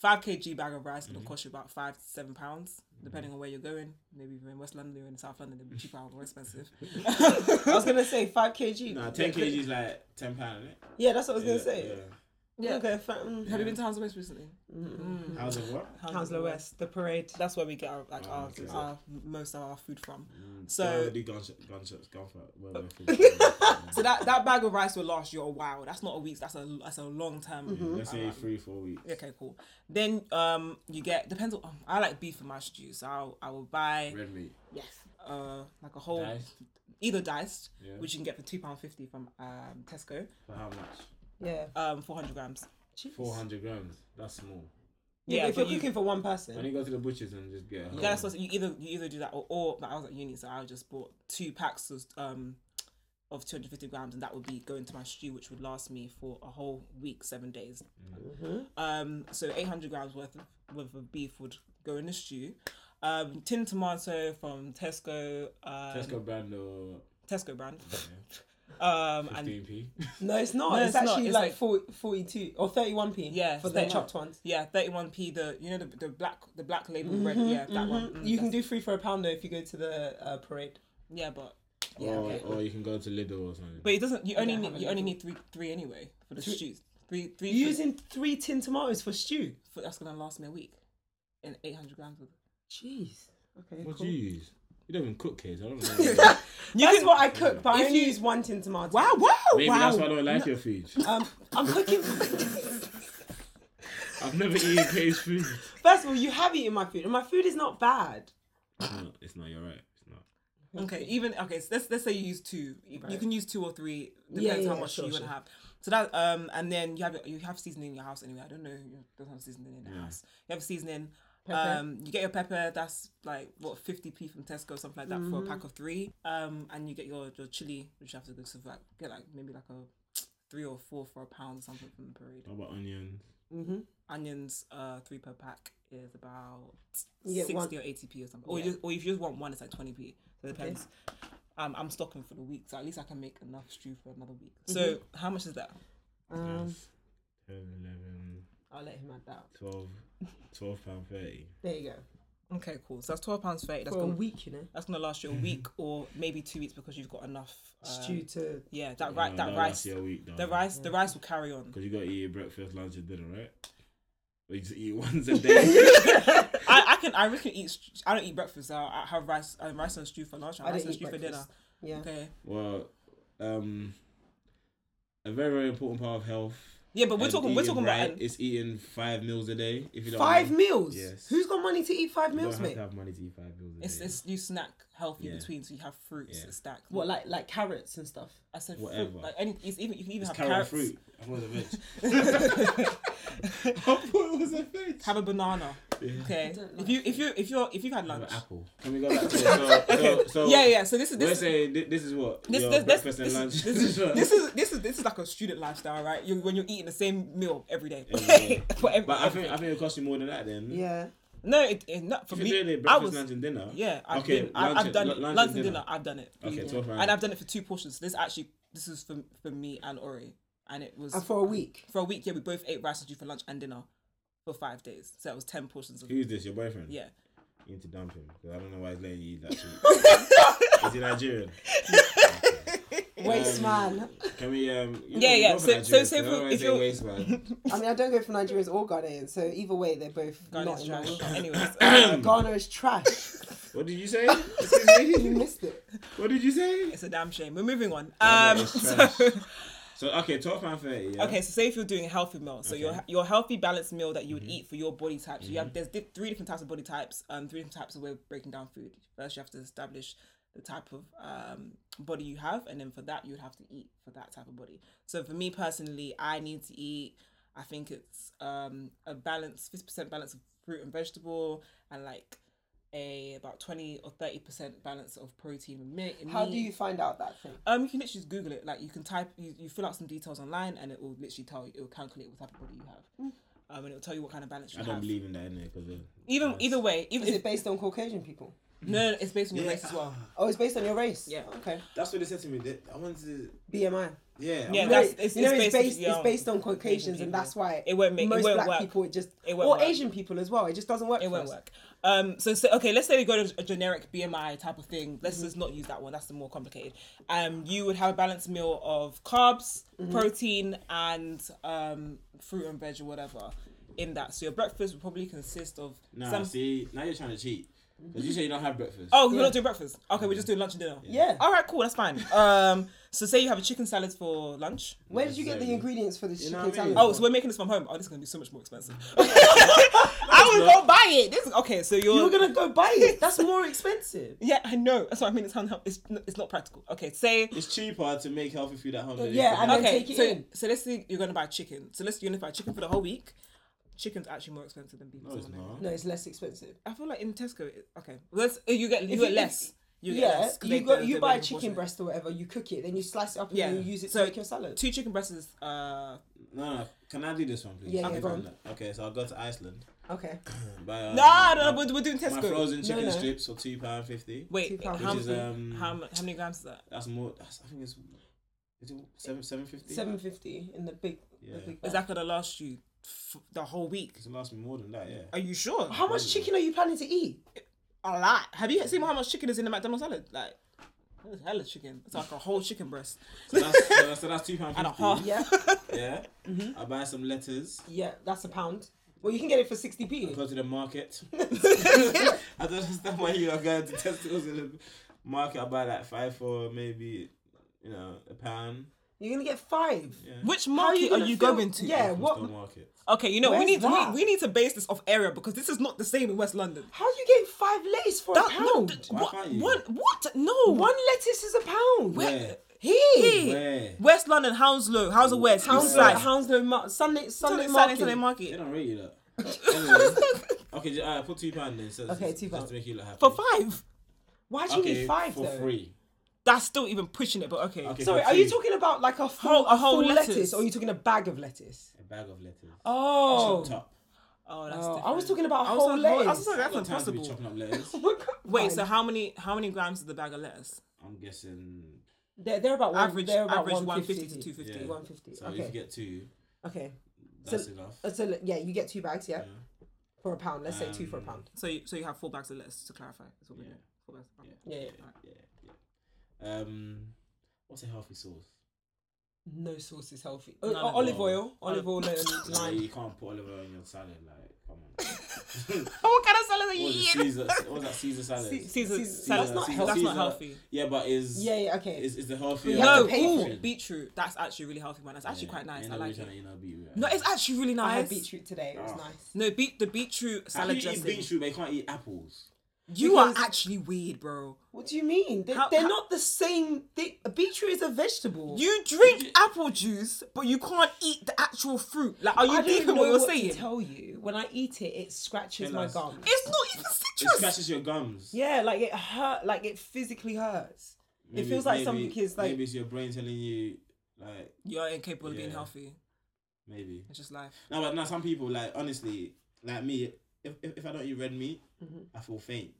five kg bag of rice gonna Mm-hmm. cost you about five to seven pounds, depending on where you're going. Maybe if you're in West London or in South London, it'll be cheaper or more expensive. I was gonna say five kg. Nah, 10 kg is like 10 pounds, Yeah, that's what I was Yeah, gonna say. yeah. Okay, fa- mm. Have you been to Hans West recently? Mm. yeah. How's it work? Councillor West, the parade. That's where we get our like Oh, our, okay. Mm. our most of our food from. So, So do gunshots, gunshots, gunfire. Well, well, so that, that bag of rice will last you a while. That's not a week. That's a that's a long time. Mm-hmm. Mm. Let's say three, four weeks. Mm. Okay, cool. Then um, you get depends on. Um, I like beef and mashed stew, so I'll, I will buy Red meat. yes, uh, like a whole Diced. either diced, Yeah. which you can get for two pound fifty from um Tesco, For how much? Yeah. um, four hundred grams. Jeez. 400 grams. That's small. Yeah, Yeah, if but you're you- cooking for one When person. you go to the butchers and just get a Yeah, so you either you either do that or, or but I was at uni, so I just bought two packs of um of two hundred fifty grams, and that would be going to my stew, which would last me for a whole week, seven days. Mm-hmm. Um, so eight hundred grams worth of, worth of beef would go in the stew. Um, tin tomato from Tesco, uh, Tesco. Tesco brand or brand. Um, and 15p. No, it's not. it's, it's not. actually It's like, like- 40, 42 or 31p. Yeah, For their 31. chopped ones. yeah, thirty one p. The you know the, the black the black label bread. Yeah, that one. Mm, Mm-hmm. You that's- can do free for a pound though if you go to the uh, parade. yeah, but Or, yeah, okay. or you can go to Lidl or something. But it doesn't. You only don't need, have you a only label. need three three anyway for the stews. Three three. You're for- using three tin tomatoes for stew. for, that's gonna last me a week, and eight hundred grams of. Jeez. Okay. what cool. do you use? You don't even cook kids. I don't know. That's what I cook, but I If only you- use one tin tomato. Wow! Wow! Maybe wow! that's why I don't like your food. Um, I'm cooking. I've never eaten Kate's food. First of all, you have eaten my food, and my food is not bad. It's not, it's not, you're right. It's not. Okay, even okay. So let's let's say you use two. You, you can use two or three. Depends Yeah, yeah, how yeah, much sure, you sure. want to have. So that um, and then you have your- you have seasoning in your house anyway. I don't know. You don't have seasoning in the house. You have seasoning. Um, you get your pepper. That's like what fifty p from Tesco, something like that, Mm-hmm. for a pack of three. Um, and you get your your chili, which you have to go to like, get like maybe like a three or four for a pound or something from the parade. How about onions? onions uh three per pack is about get 60 one- or 80 p or something or, you, or if you just want one it's like 20 p so it depends um, i'm stocking for the week so at least i can make enough stew for another week Mm-hmm. so how much is that Um, That's 10, 11, I'll let him add that. 12, 12 pound 30. There you go. okay cool so that's 12 pounds 30 that's For a gonna, week, you know, that's gonna last you a week or maybe two weeks because you've got enough uh, Mm-hmm. stew to yeah that Uh, right that that'll rice last you a week, the rice the rice will carry on Because you got to eat your breakfast, lunch, and dinner, right? Or you just eat once a day. I, I can i really can eat st- i don't eat breakfast so i I have rice uh, rice and stew for lunch and I rice didn't and eat stew for dinner breakfast. Yeah. okay well, um, a very, very important part of health. yeah but we're and talking we're eating talking right about is eating five meals a day. If you don't Five mind. meals. Yes. Who's got money to eat five You meals, don't have mate? to have money to eat five meals a It's, day. it's you snack healthy Yeah. between, so you have fruits, Yeah. it's stacked. What, like like carrots and stuff? I said, whatever. Fruit, like any, it's even you can even have carrot carrots. fruit. I was a veg. I thought it was a veg. Have a banana. Okay. If you if you if you're if you've had Have lunch. an apple. Can we go back to so, so, so Yeah, yeah. So this is We're this. is- saying thi- this is what This, your this, this, breakfast and this, lunch. this, is, this is this is this is like a student lifestyle, right? You, when you're eating the same meal every day. Every For every- but I think everything. I think it costs you more than that. Then Yeah. no, it, it not for If you're me. doing it I breakfast, was lunch, and dinner. yeah. I've okay, been, I, lunch I've and- done lu- it. lunch and dinner. I've done it. Okay, believe me. 12 round. and I've done it for two portions. This actually this is for for me and Ori, and it was And for a week. for a week, yeah, we both ate rice and stew for lunch and dinner for five days. So it was ten portions of Who's this? Your boyfriend? yeah. You need to dump him because I don't know why he's letting you eat that shit. is he Nigerian? Waste man. Can we um? You Yeah, know, we yeah, go for so- so Nigerians, say I don't for- wanna if say you're- waste man. I mean, I don't go for Nigerians or Ghanaians, so either way, they're both Ghana not is in my trash. world. Anyways, Ghana is trash. What did you say? Excuse you me? missed it. what did you say? it's a damn shame. We're moving on. Yeah, Um, it's so, trash. So okay, twelve pound thirty. Yeah? okay, so say if you're doing a healthy meal, so your your healthy balanced meal that you would eat for your body type. So you have there's di- three different types of body types. Um, three different types of way of breaking down food. First, you have to establish the type of um body you have, and then for that you'd have to eat for that type of body. So for me personally, I need to eat. I think it's um a balance, fifty percent balance of fruit and vegetable and like a about 20 or 30 percent balance of protein and meat How do you find out that thing? um you can literally just google it like you can type you, you fill out some details online and it will literally tell you it will calculate what type of body you Mm. have um and it will tell you what kind of balance you I don't have believe in that in there because even either way even Is if, it based on Caucasian people? no, no it's based on your race as well Oh, it's based on your race. Yeah. Okay. that's what they said to me. That I wanted to, BMI. yeah, Yeah, I'm- that's- Right. it's- you know, it's it's based- based, yeah. it's based on Caucasians, and that's why It won't make- it most won't black work. people. It just It won't or work. Asian people as well. It just doesn't work. it for won't us. work. Um, so, so okay, let's say we go to a generic BMI type of thing. Let's Mm-hmm. just not use that one. That's the more complicated. Um, you would have a balanced meal of carbs, Mm-hmm. protein, and um, fruit and veg or whatever in that. So your breakfast would probably consist of Nah, some. see, now you're trying to cheat because you say you don't have breakfast. Oh, we're Yeah. not doing breakfast. Okay, we're just doing lunch and dinner. Yeah. All right, cool. That's fine. Um, so say you have a chicken salad for lunch. Where did you get the Necessarily. ingredients for the chicken know what I salad? mean? Oh, so we're making this from home. Oh, this is gonna be so much more expensive. I would go buy it. This is, okay. So you're you were gonna go buy it. That's more expensive. Yeah, I know. That's what I mean. It's unhelp. It's n- it's not practical. Okay, say It's cheaper to make healthy food at home. Than it is Yeah, to and buy. then okay. take it So in. so let's say you're gonna buy chicken. So let's unify chicken for the whole week. Chicken's actually more expensive than beef. No, it's not. No, it's less expensive. I feel like in Tesco. It, okay, let's you get you If get you- less. You get yeah, less 'cause you they- go, they- you they buy a don't chicken proportion breast or whatever, you cook it, then you slice it up and Yeah. then you use it So- to make your it. salad. Two chicken breasts is uh. No, no. Can I do this one, please? Yeah, yeah, Okay, go on. fine. Okay, so I'll go to Iceland. Okay. Buy, um, No, no, my- we're, we're doing my Tesco. frozen chicken no. strips for two pound fifty. Two Wait, how, pounds. how, Which is, um, how mu- how many grams is that? That's more. That's, I think it's is it seven seven fifty. Seven fifty in the big Yeah. the big bag. Is that gonna last you f- the whole week? It's gonna last me more than that. Yeah. Are you sure? How much chicken are you planning to eat? a lot. Have you seen how much chicken is in the McDonald's salad? Like, it's hella chicken. It's like a whole chicken breast. So that's, so, so that's two pound And a fifty. half. Yeah. Yeah. Mm-hmm. I buy some letters. yeah, that's a pound. Well you can get it for sixty P. Go to the market. I don't understand why you are going to testicles in the market. I buy like five for maybe you know a pound. You're gonna get five. Which How market are gonna you feel- going to? Yeah, what Bristol market? Okay, you know we Where's need we, that? we need to base this off area because this is not the same in West London. how are you getting five lettuce for a That, pound? no, th- Why what, can't you? one, what? No, One lettuce is a pound. Where? Here. Here. Where? West London, Hounslow, Hounslow West, Hounslow, Eastside, Hounslow, Hounslow, Mar- Sunday, Sunday, Sunday, market. Sunday They Market don't rate you that. anyway, okay, ju- alright, put two pound in. So Okay, just- two Just pound. to make you look happy. for five. Why do you Okay, need five for though? free. That's still even pushing it, but okay. Okay, Sorry, for are you two. talking about like a full, Whole- a a whole full lettuce. lettuce. or are you talking a bag of lettuce? a bag of lettuce? Oh, Chopped up. Oh, that's Oh, different. I was talking about a I was whole talking- I was lettuce. talking- that's I've got time to be impossible. chopping up lettuce. Wait, so Fine. how many how many grams is the bag of lettuce? I'm guessing. they're, they're about one, Average they're about average 150 150 to 250. Yeah. 150. So if okay, you get two, okay. that's So- enough. Uh, So yeah, you get two bags, yeah, Yeah. for a pound. Let's say two for a Um, pound. So you, so you have four bags of lettuce to clarify. Is what we're Yeah. doing. Four bags. Okay. Yeah, yeah. yeah, yeah, yeah. Um, what's a healthy sauce? No sauce is healthy. No, O- no, o- no. Uh, olive oil, olive oil and Like, lime. you can't put olive oil in your salad. Like, come on. Oh, what kind of salad are What was it, you eating? Caesar? What was that Caesar salad? Se- Caesar Caesar- salad. That's not Caesar- healthy. That's not Caesar- healthy. Yeah, but is Yeah, yeah, okay. is is the healthy? You have No, to pay for ooh, it. beetroot. That's actually really healthy one. That's actually quite nice. I like it. No, No, it's actually really I nice. had beetroot today. It was Ah. nice. No, beet the beetroot salad you eat dressing. beetroot, but you can't eat apples. You are Because- actually weird, bro. What do you mean? They, How- they're how- not the same. Thing. A beetroot is a vegetable. You drink apple juice, but you can't eat the actual fruit. Like, are you I deep don't in know what you're what saying? to tell you. When I eat it, it scratches Tell my us. gum. It's not even It citrus. scratches your gums. Yeah, like it hurt. Like it physically hurts. it feels like something is like. maybe it's your brain telling you like You're incapable of being Yeah. healthy. maybe. It's just life. No, but now some people like honestly like me. If, if, if I don't eat red meat, I feel faint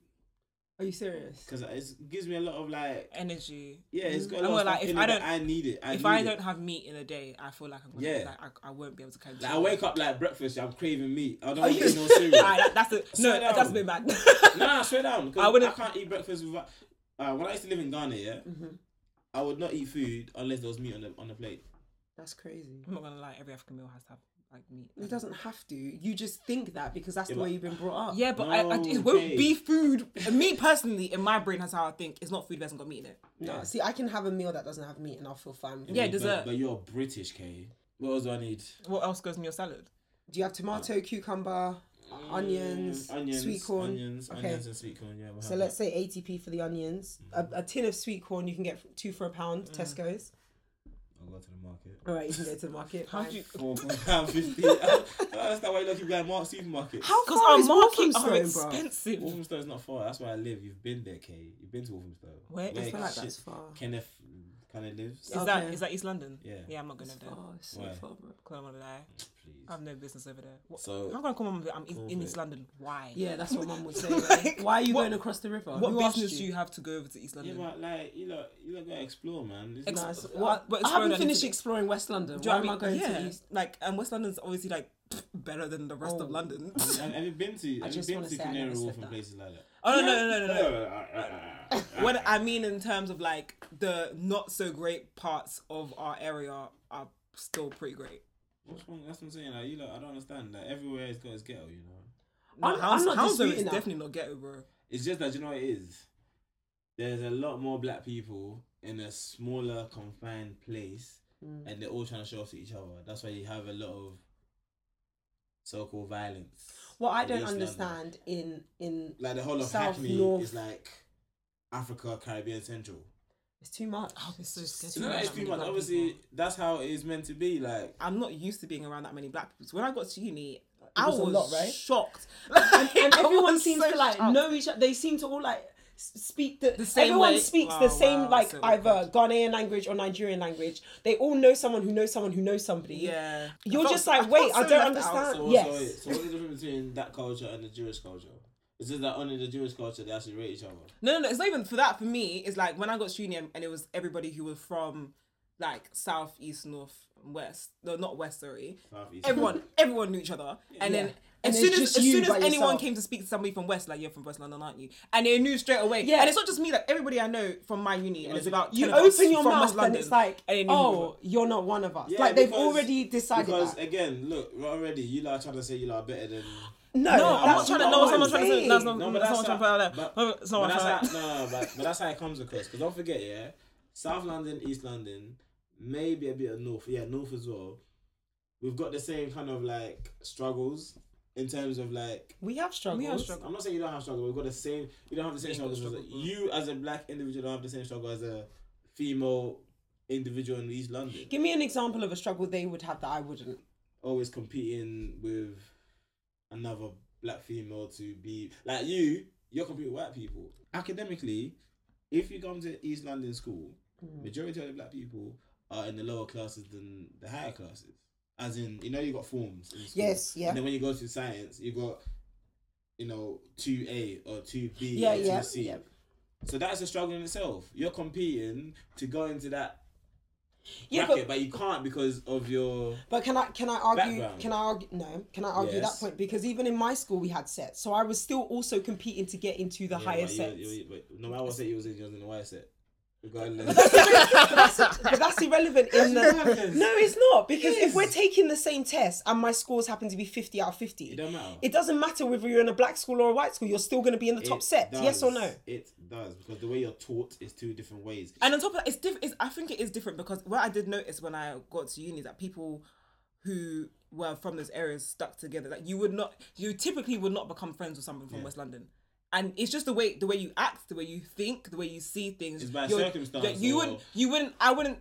Are you serious? because it gives me a lot of like Energy. yeah, it's got a lot I'm of gonna lie, stuff if in I it that don't- I need it. I if need I it. don't have meat in a day, I feel like I'm gonna Yeah. like, I, I won't be able to catch. Like, I wake up like breakfast. I'm craving meat. I don't want you- to eat no cereal. Alright, that, that's a, no, Slow down. that's a bit mad. Nah, I swear down. I I, I wouldn't- can't eat breakfast without. Uh, when I used to live in Ghana, yeah, Mm-hmm. I would not eat food unless there was meat on the on the plate. That's crazy. I'm not gonna lie, every African meal has to have like meat. It doesn't have to. You just think that because that's the way but- you've been brought up. Yeah, but I, I, it won't Okay. be food. Me personally, in my brain, that's how I think. It's not food that hasn't got meat in it. No, see, I can have a meal that doesn't have meat and I'll feel fine. Yeah, But- dessert. But, you're British, K. What else do I need? What else goes in your salad? Do you have tomato, cucumber, onions, Mm, onions, sweet corn? onions, okay. onions, and sweet corn. Yeah. we'll So have let's that. say Mm. 80p for the onions. A, a tin of sweet corn you can get two for a pound, Tesco's. I'll go to the market. All right, you can go to the market. How fine. do you? For pound fifty. I don't understand why you love to go to Mark supermarket. How Because far our is markets Walthamstow, are bruv? Oh, expensive. Walthamstow is not far. That's where I live. You've been there, Kay. You've been to Walthamstow. Where is I feel like shit that's far. Kenneth kind of lives. Is that Okay. is that East London? Yeah. Yeah, I'm not going It's to there. far, it's so Why? far, bro. Because I'm gonna die. Please. Um, I have no business over there. What? So- I'm gonna call mum. I'm in, in Okay. East London. Why? Yeah, that's what mum would say. Like, like, Why are you what- going across the river? What Who asked business do you have to go over to East yeah, London? but like you know, you lot gotta explore, man. This is- Nah, it's- what- But I explore haven't that finished into- exploring West London. Do you Why know am I what I going mean? to Yeah. East? Like, and West London's obviously like better than the rest Oh. of London. have, have you been to? Have you just been wanna to say I never Canary said Wharf and that. places like that? oh no, no, no, no, no. no. what I mean in terms of like the not so great parts of our area are still pretty great. What's wrong? That's what I'm saying. Like you lot, I don't understand. Like everywhere has got its ghetto, you know. I'm- I'm not Hounslow is disputing that. definitely not ghetto, bro. It's just that you know what it is. There's a lot more black people in a smaller confined place, Hmm. and they're all trying to show off to each other. That's why you have a lot of so-called violence. What I in don't East London. understand in in Like the whole of South, Hackney North. is like Africa, Caribbean, Central. it's too much. Oh, it's so So sketchy. no, it's too much. Obviously, that's how it is meant to be. Like I'm not used to being around that many black people. So when I got to uni, I was was a lot, right? shocked. and I everyone was seems so to like shocked. know each other. They seem to all like s- speak the, The same everyone way? speaks Wow, the same wow, like so either Ghanaian language or Nigerian language. They all know someone who knows someone who knows somebody. Yeah, You're I felt- just like, felt wait, I so don't left out. understand. So, Uh, yes. so, so what's the difference between that culture and the Jewish culture? It's just that only the Jewish culture they actually rate each other. No, no, no. It's not even for that. For me, it's like when I got to uni and and it was everybody who was from like south, east, north, and west. No, not west. Sorry. South, east, Everyone, everyone knew each other, and then. Yeah. As And it's soon as, just as you soon as by anyone yourself. came to speak to somebody from West, like you're from West London, aren't you? And they knew straight away. Yeah. And it's not just me; like everybody I know from my uni, and it's about You 10 of us open your from West mouth and London, it's like, and E they knew who we were. oh, you're not one of us. Yeah, like they've because- already decided Because that. again, look, we're already you lot are trying to say you lot are better than. No, No, I'm not that's trying to. what No, I'm that's not what I'm trying to say. saying. That's not. No, but that's that's, not what how, I'm trying to put out there. But, That's not but what I'm that's trying how, to. no, no, but, but that's how it comes across. Because don't forget, yeah, South London, East London, maybe a bit of North, yeah, North as well. We've got the same kind of like struggles in terms of like. We have struggles. We have struggles. I'm not saying you don't have struggles. We've got the same. You don't have the same We ain't got struggles. as struggles, you as a black individual don't have the same struggle as a female individual in East London. Give me an example of a struggle they would have that I wouldn't. always competing with another black female to be like you. You're competing with white people. Academically, if you come to East London School, Mm. majority of the black people are in the lower classes than the higher classes. As in, you know, you got forms. In school. Yes, yeah. And then when you go to science, you got, you know, two A or two B Yeah, or two yeah, C. yeah. So that's a struggle in itself. You're competing to go into that Yeah, bracket, but, but you can't because of your but can I can I argue Background. can I argue no can I argue Yes. that point because even in my school we had sets so I was still also competing to get into the Yeah, higher but sets. You, you, but no matter what set you was in, you was in the white set. Regardless. but that's irrelevant in the irrelevant. no it's not because It if we're is. taking the same test and my scores happen to be 50 out of 50 It don't matter. it doesn't matter whether you're in a black school or a white school you're still going to be in the top It set yes or does. no It does because the way you're taught is two different ways. And on top of that, it's different. I think it is different because what I did notice when I got to uni is that people who were from those areas stuck together. Like you would not, you typically would not become friends with someone from West London. And it's just the way the way you act, the way you think, the way you see things. It's by You're- circumstance that You or- wouldn't. You wouldn't. I wouldn't.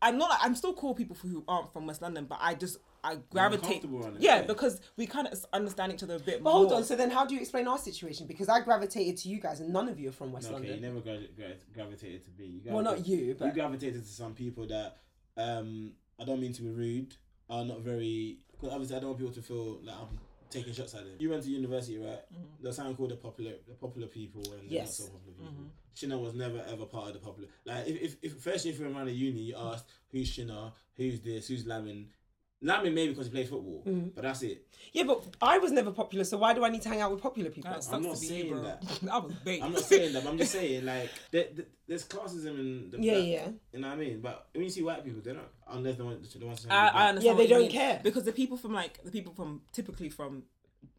I'm not. Like, I'm still cool with people who aren't from West London, but I just I gravitate. comfortable around it, Yeah, yeah. because we kind of understand each other a bit but more. hold on so then how do you explain our situation because I gravitated to you guys and none of you are from West Okay, you London never gra- gra- gravitated to me. You Well, not gravitate- you, you but- gravitated to some people that um I don't mean to be rude. Are not very because obviously I don't want people to feel like I'm taking shots at them. You went to university, right? There's something called the popular, the popular people, and Mm-hmm. Yes. Mm-hmm. the not so popular people. Shina was never ever part of the popular. Like if if, if first year if you're around a uni, you asked who's Shina, who's this, who's Lamin. Lamin maybe because he played football, Mm-hmm. but that's it. yeah but I was never popular so why do I need to hang out with popular people That sucks I'm not to be you, saying bro. that. I was bait. I'm not saying that, but I'm just saying like there, there- there's classism in the Yeah, black- yeah. You know what I mean? But when you see white people, they don't unless the ones the ones. I, I understand. Yeah, what they you don't mean. care. because the people from like the people from typically from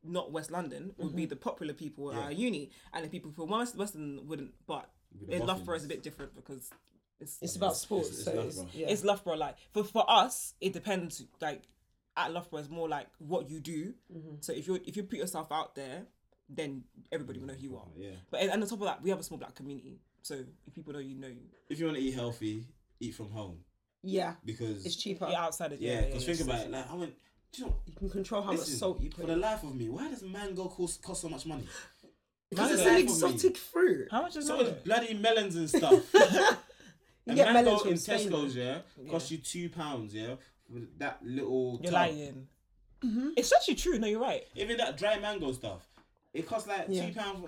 not West London would Mm-hmm. be the popular people at our uni, and the people from West Western wouldn't. But the in Loughborough boffins. is a bit different because it's it's about sports it's so love, it's, bro. yeah. it's Loughborough. Like for for us, it depends. Like at Loughborough, it's more like what you do. Mm-hmm. So if you if you put yourself out there, then everybody will know who you are. Oh, Yeah. But and on top of that, we have a small black community. So if people know you, know you. If you want to eat healthy, eat from home. Yeah, because it's cheaper. Yeah, outside of yeah, because think about it. Like I went, do you know, You can control how listen, much salt Oh, you put. for the life of me, why does mango cost cost so much money? Because it's Mango an for me. exotic fruit. How much is So that? it's bloody melons and stuff. You A get mango melons from in Spain. Tesco's, yeah, cost you two pounds, yeah. With that little, You're tub. lying. It's actually true. No, you're right. even that dry mango stuff, it costs like Yeah. two pounds.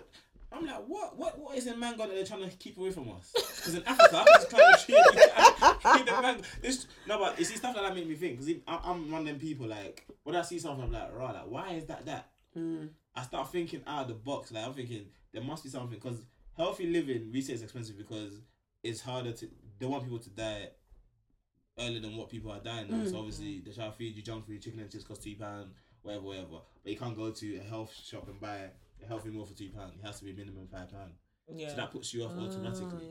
I'm like, what, what, what is in mango that they're trying to keep away from us? Because in Africa, I'm just trying to treat, treat the mango. It's, no, but you see stuff like that make me think. Because I'm one of them people like when I see something, I'm like, right, like, why is that that? Mm. I start thinking out of the box. Like I'm thinking there must be something because healthy living we say is expensive because it's harder to. They want people to die earlier than what people are dying now. So obviously they try to feed you junk food, chicken and chips cost two pound, whatever, whatever. But you can't go to a health shop and buy a healthy meal for two pound. It has to be minimum five pound. Yeah. So that puts you off automatically.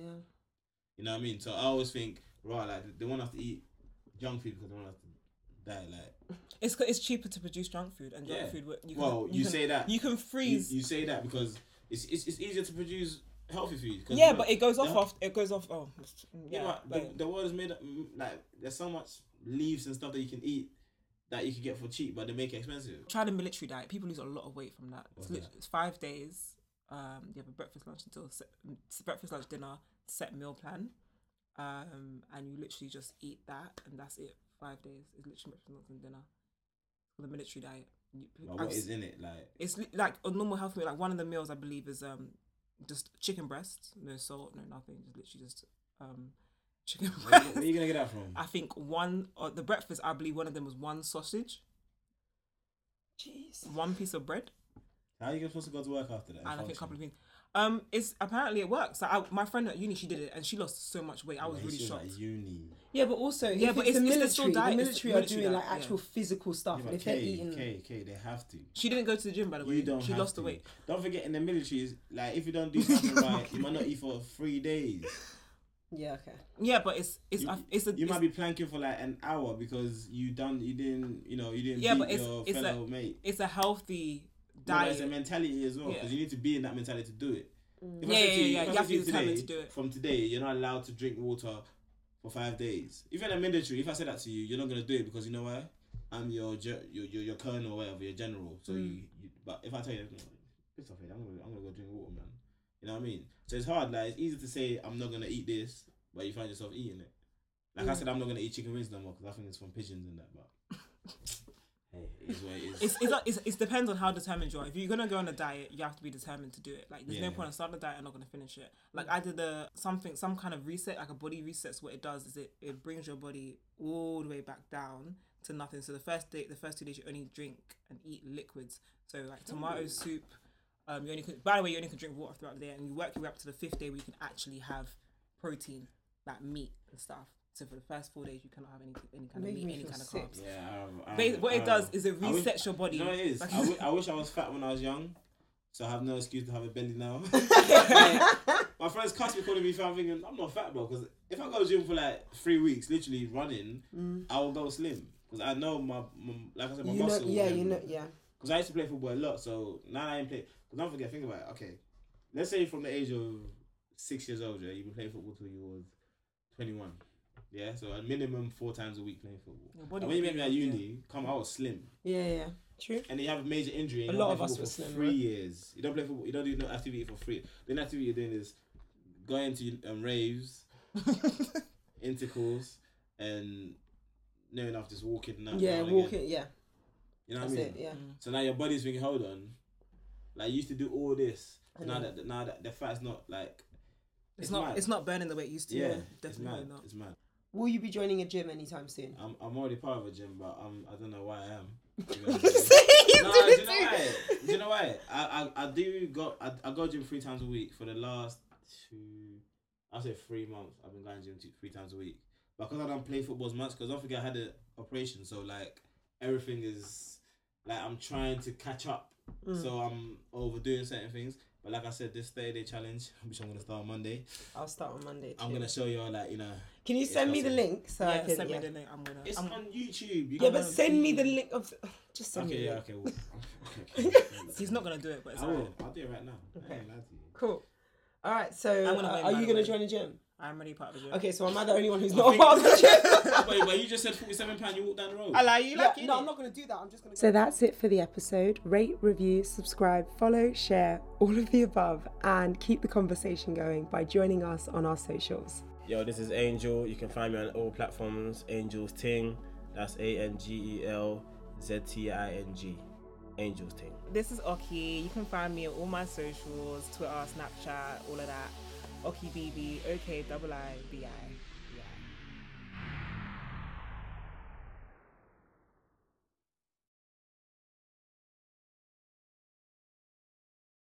You know what I mean? So I always think right, like they want us to eat junk food because they want us to die. Like It's it's cheaper to produce junk food and junk Yeah. food. You Well, you can- say that. you can you, freeze. you say that because it's, it's it's easier to produce healthy food. 'cause yeah, the- but it goes off. the- off it goes off. Oh, you yeah. know what, like- the, the world is made up, mm, like there's so much leaves and stuff that you can eat that you can get for cheap, but they make it expensive. try the military diet. People lose a lot of weight from that. It's, What's lit- it's five days. Um, you have a breakfast, lunch, until set, s- breakfast, lunch, dinner, set meal plan, um, and you literally just eat that, and that's it. Five days. It's literally breakfast, lunch, and dinner. For the military diet, You- Like, I've what s- is in it? Like it's li- like a normal health meal. Like one of the meals I believe is um just chicken breast, no salt, no nothing. Just literally just um chicken where, breast. where you gonna get that from? I think one or the breakfast. I believe one of them was one sausage, Jeez. one piece of bread, How are you supposed to go to work after that? and I think a couple of things. Um, it's apparently it works. Like I, my friend at uni, she did it, and she lost so much weight. I was really shocked. Like uni. Yeah, but also Yeah, if but it's, it's- the it's military. the still diet, The it's military the are military doing diet, like actual yeah. physical stuff, Yeah, and but if they're K, eating, K, K, they have to. She didn't go to the gym by the way. You don't. she have lost to. the weight. Don't forget, in the military, is like if you don't do something right, you might not eat for three days. yeah, okay, Yeah, but it's it's You, I- it's a you it's, might be planking for like an hour because you done, you didn't, you know, you didn't Yeah, beat but it's- your it's fellow a- mate. it's a healthy No, but It's a diet. mentality as well because Yeah. you need to be in that mentality to do it. If I Yeah, said yeah, to yeah, if I you said have you to be determined today, to do it. From today, you're not allowed to drink water for five days. Even in military, if I said that to you, you're not gonna do it because you know why? I'm your ge- your your, your colonel or whatever, your general. So Mm. you, you, but if I tell you, "No, piss off here, I'm gonna I'm gonna go drink water, man. You know what I mean? So it's hard. Like it's easy to say I'm not gonna eat this, but you find yourself eating it. Like Mm. I said, I'm not gonna eat chicken wings no more because I think it's from pigeons and that. But hey, it is what it is. it's, it's, not- it's, it depends on how determined you are. If you're gonna go on a diet, you have to be determined to do it. Like there's no Yeah. point in starting a diet and not gonna finish it. Like I did a something, some kind of reset, like a body resets. What it does is it, it brings your body all the way back down to nothing. So the first day, the first two days, you only drink and eat liquids. So like tomato soup. Um, you only could, by the way, you only can drink water throughout the day, and you work your way up to the fifth day where you can actually have protein, like meat and stuff. So for the first four days, you cannot have any any kind of Make meat, me any feel kind of sick. carbs. Yeah, I- I- Ba- what I- it does is it I wish- resets your body. uh, You know what it is? I Like- wi- I wish I was fat when I was young, so I have no excuse to have a belly now. My friends cuss me calling me fat, I'm thinking I'm not fat, bro. Because if I go to the gym for like three weeks, literally running, Mm. I will go slim. Because I know my, my, like I said, my you know, muscle. yeah, you know, yeah, Because I used to play football a lot, so now I ain't play. Because don't forget, think about it. Okay, let's say from the age of six years old, yeah, you've been playing football till you was twenty-one. Yeah, so a minimum four times a week playing football. Your body And when you will met me be- at uni, come I was slim yeah, yeah, true. and then you have a major injury. And A you lot don't of play us football were for slim, three right? years. You don't play football. You don't do no activity for free. The only activity you're doing is going to um, raves, intercourse, and no enough just walking. Now, Yeah, now and again. walking, yeah, You know what I that's mean? it, yeah. So now your body's thinking, hold on, like you used to do all this. I now know. that now that the fat's not like It's, It's not. mad. It's not burning the way it used to. yeah, it's definitely mad. not. It's mad. Will you be joining a gym anytime soon? I'm I'm already part of a gym, but I'm I don't know why I am. to be no, honest with you. no, do you know why? Do you know why? I, I, I do go I, I go gym three times a week for the last two, I'll say three months. I've been going gym two, three times a week. But because I don't play football as much, because don't forget I had an operation, so like everything is like I'm trying to catch up. Mm. So I'm overdoing certain things. But like I said, this 30 day challenge, which I'm gonna start on Monday, I'll start on Monday. I'm too. gonna show y'all like you know Can you It's send me the possible. link so I Yeah, can? send yeah. me the link. I'm gonna. it's I'm, on YouTube. You yeah, can- but send me the link of. Just send me. okay, The yeah, link. okay. Well, okay, okay. he's not gonna do it, but it's I alright. will. I'll do it right now. I ain't lying to you. Cool. All right. So, I'm uh, gonna win, are by you the gonna way. join a gym? I'm already part of the gym. Okay, so am I the only one who's not think- part of the gym? Wait, but you just said forty-seven pound. You walk down the road. I like you, like Yeah, you. no, I'm not gonna do that. I'm just gonna. So that's it for the episode. Rate, review, subscribe, follow, share, all of the above, and keep the conversation going by joining us on our socials. Yo, this is Angel. You can find me on all platforms. Angels Ting. That's A N G E L Z T I N G. Angels Ting. This is Oki. You can find me on all my socials Twitter, Snapchat, all of that. Oki BB, O K double I B I.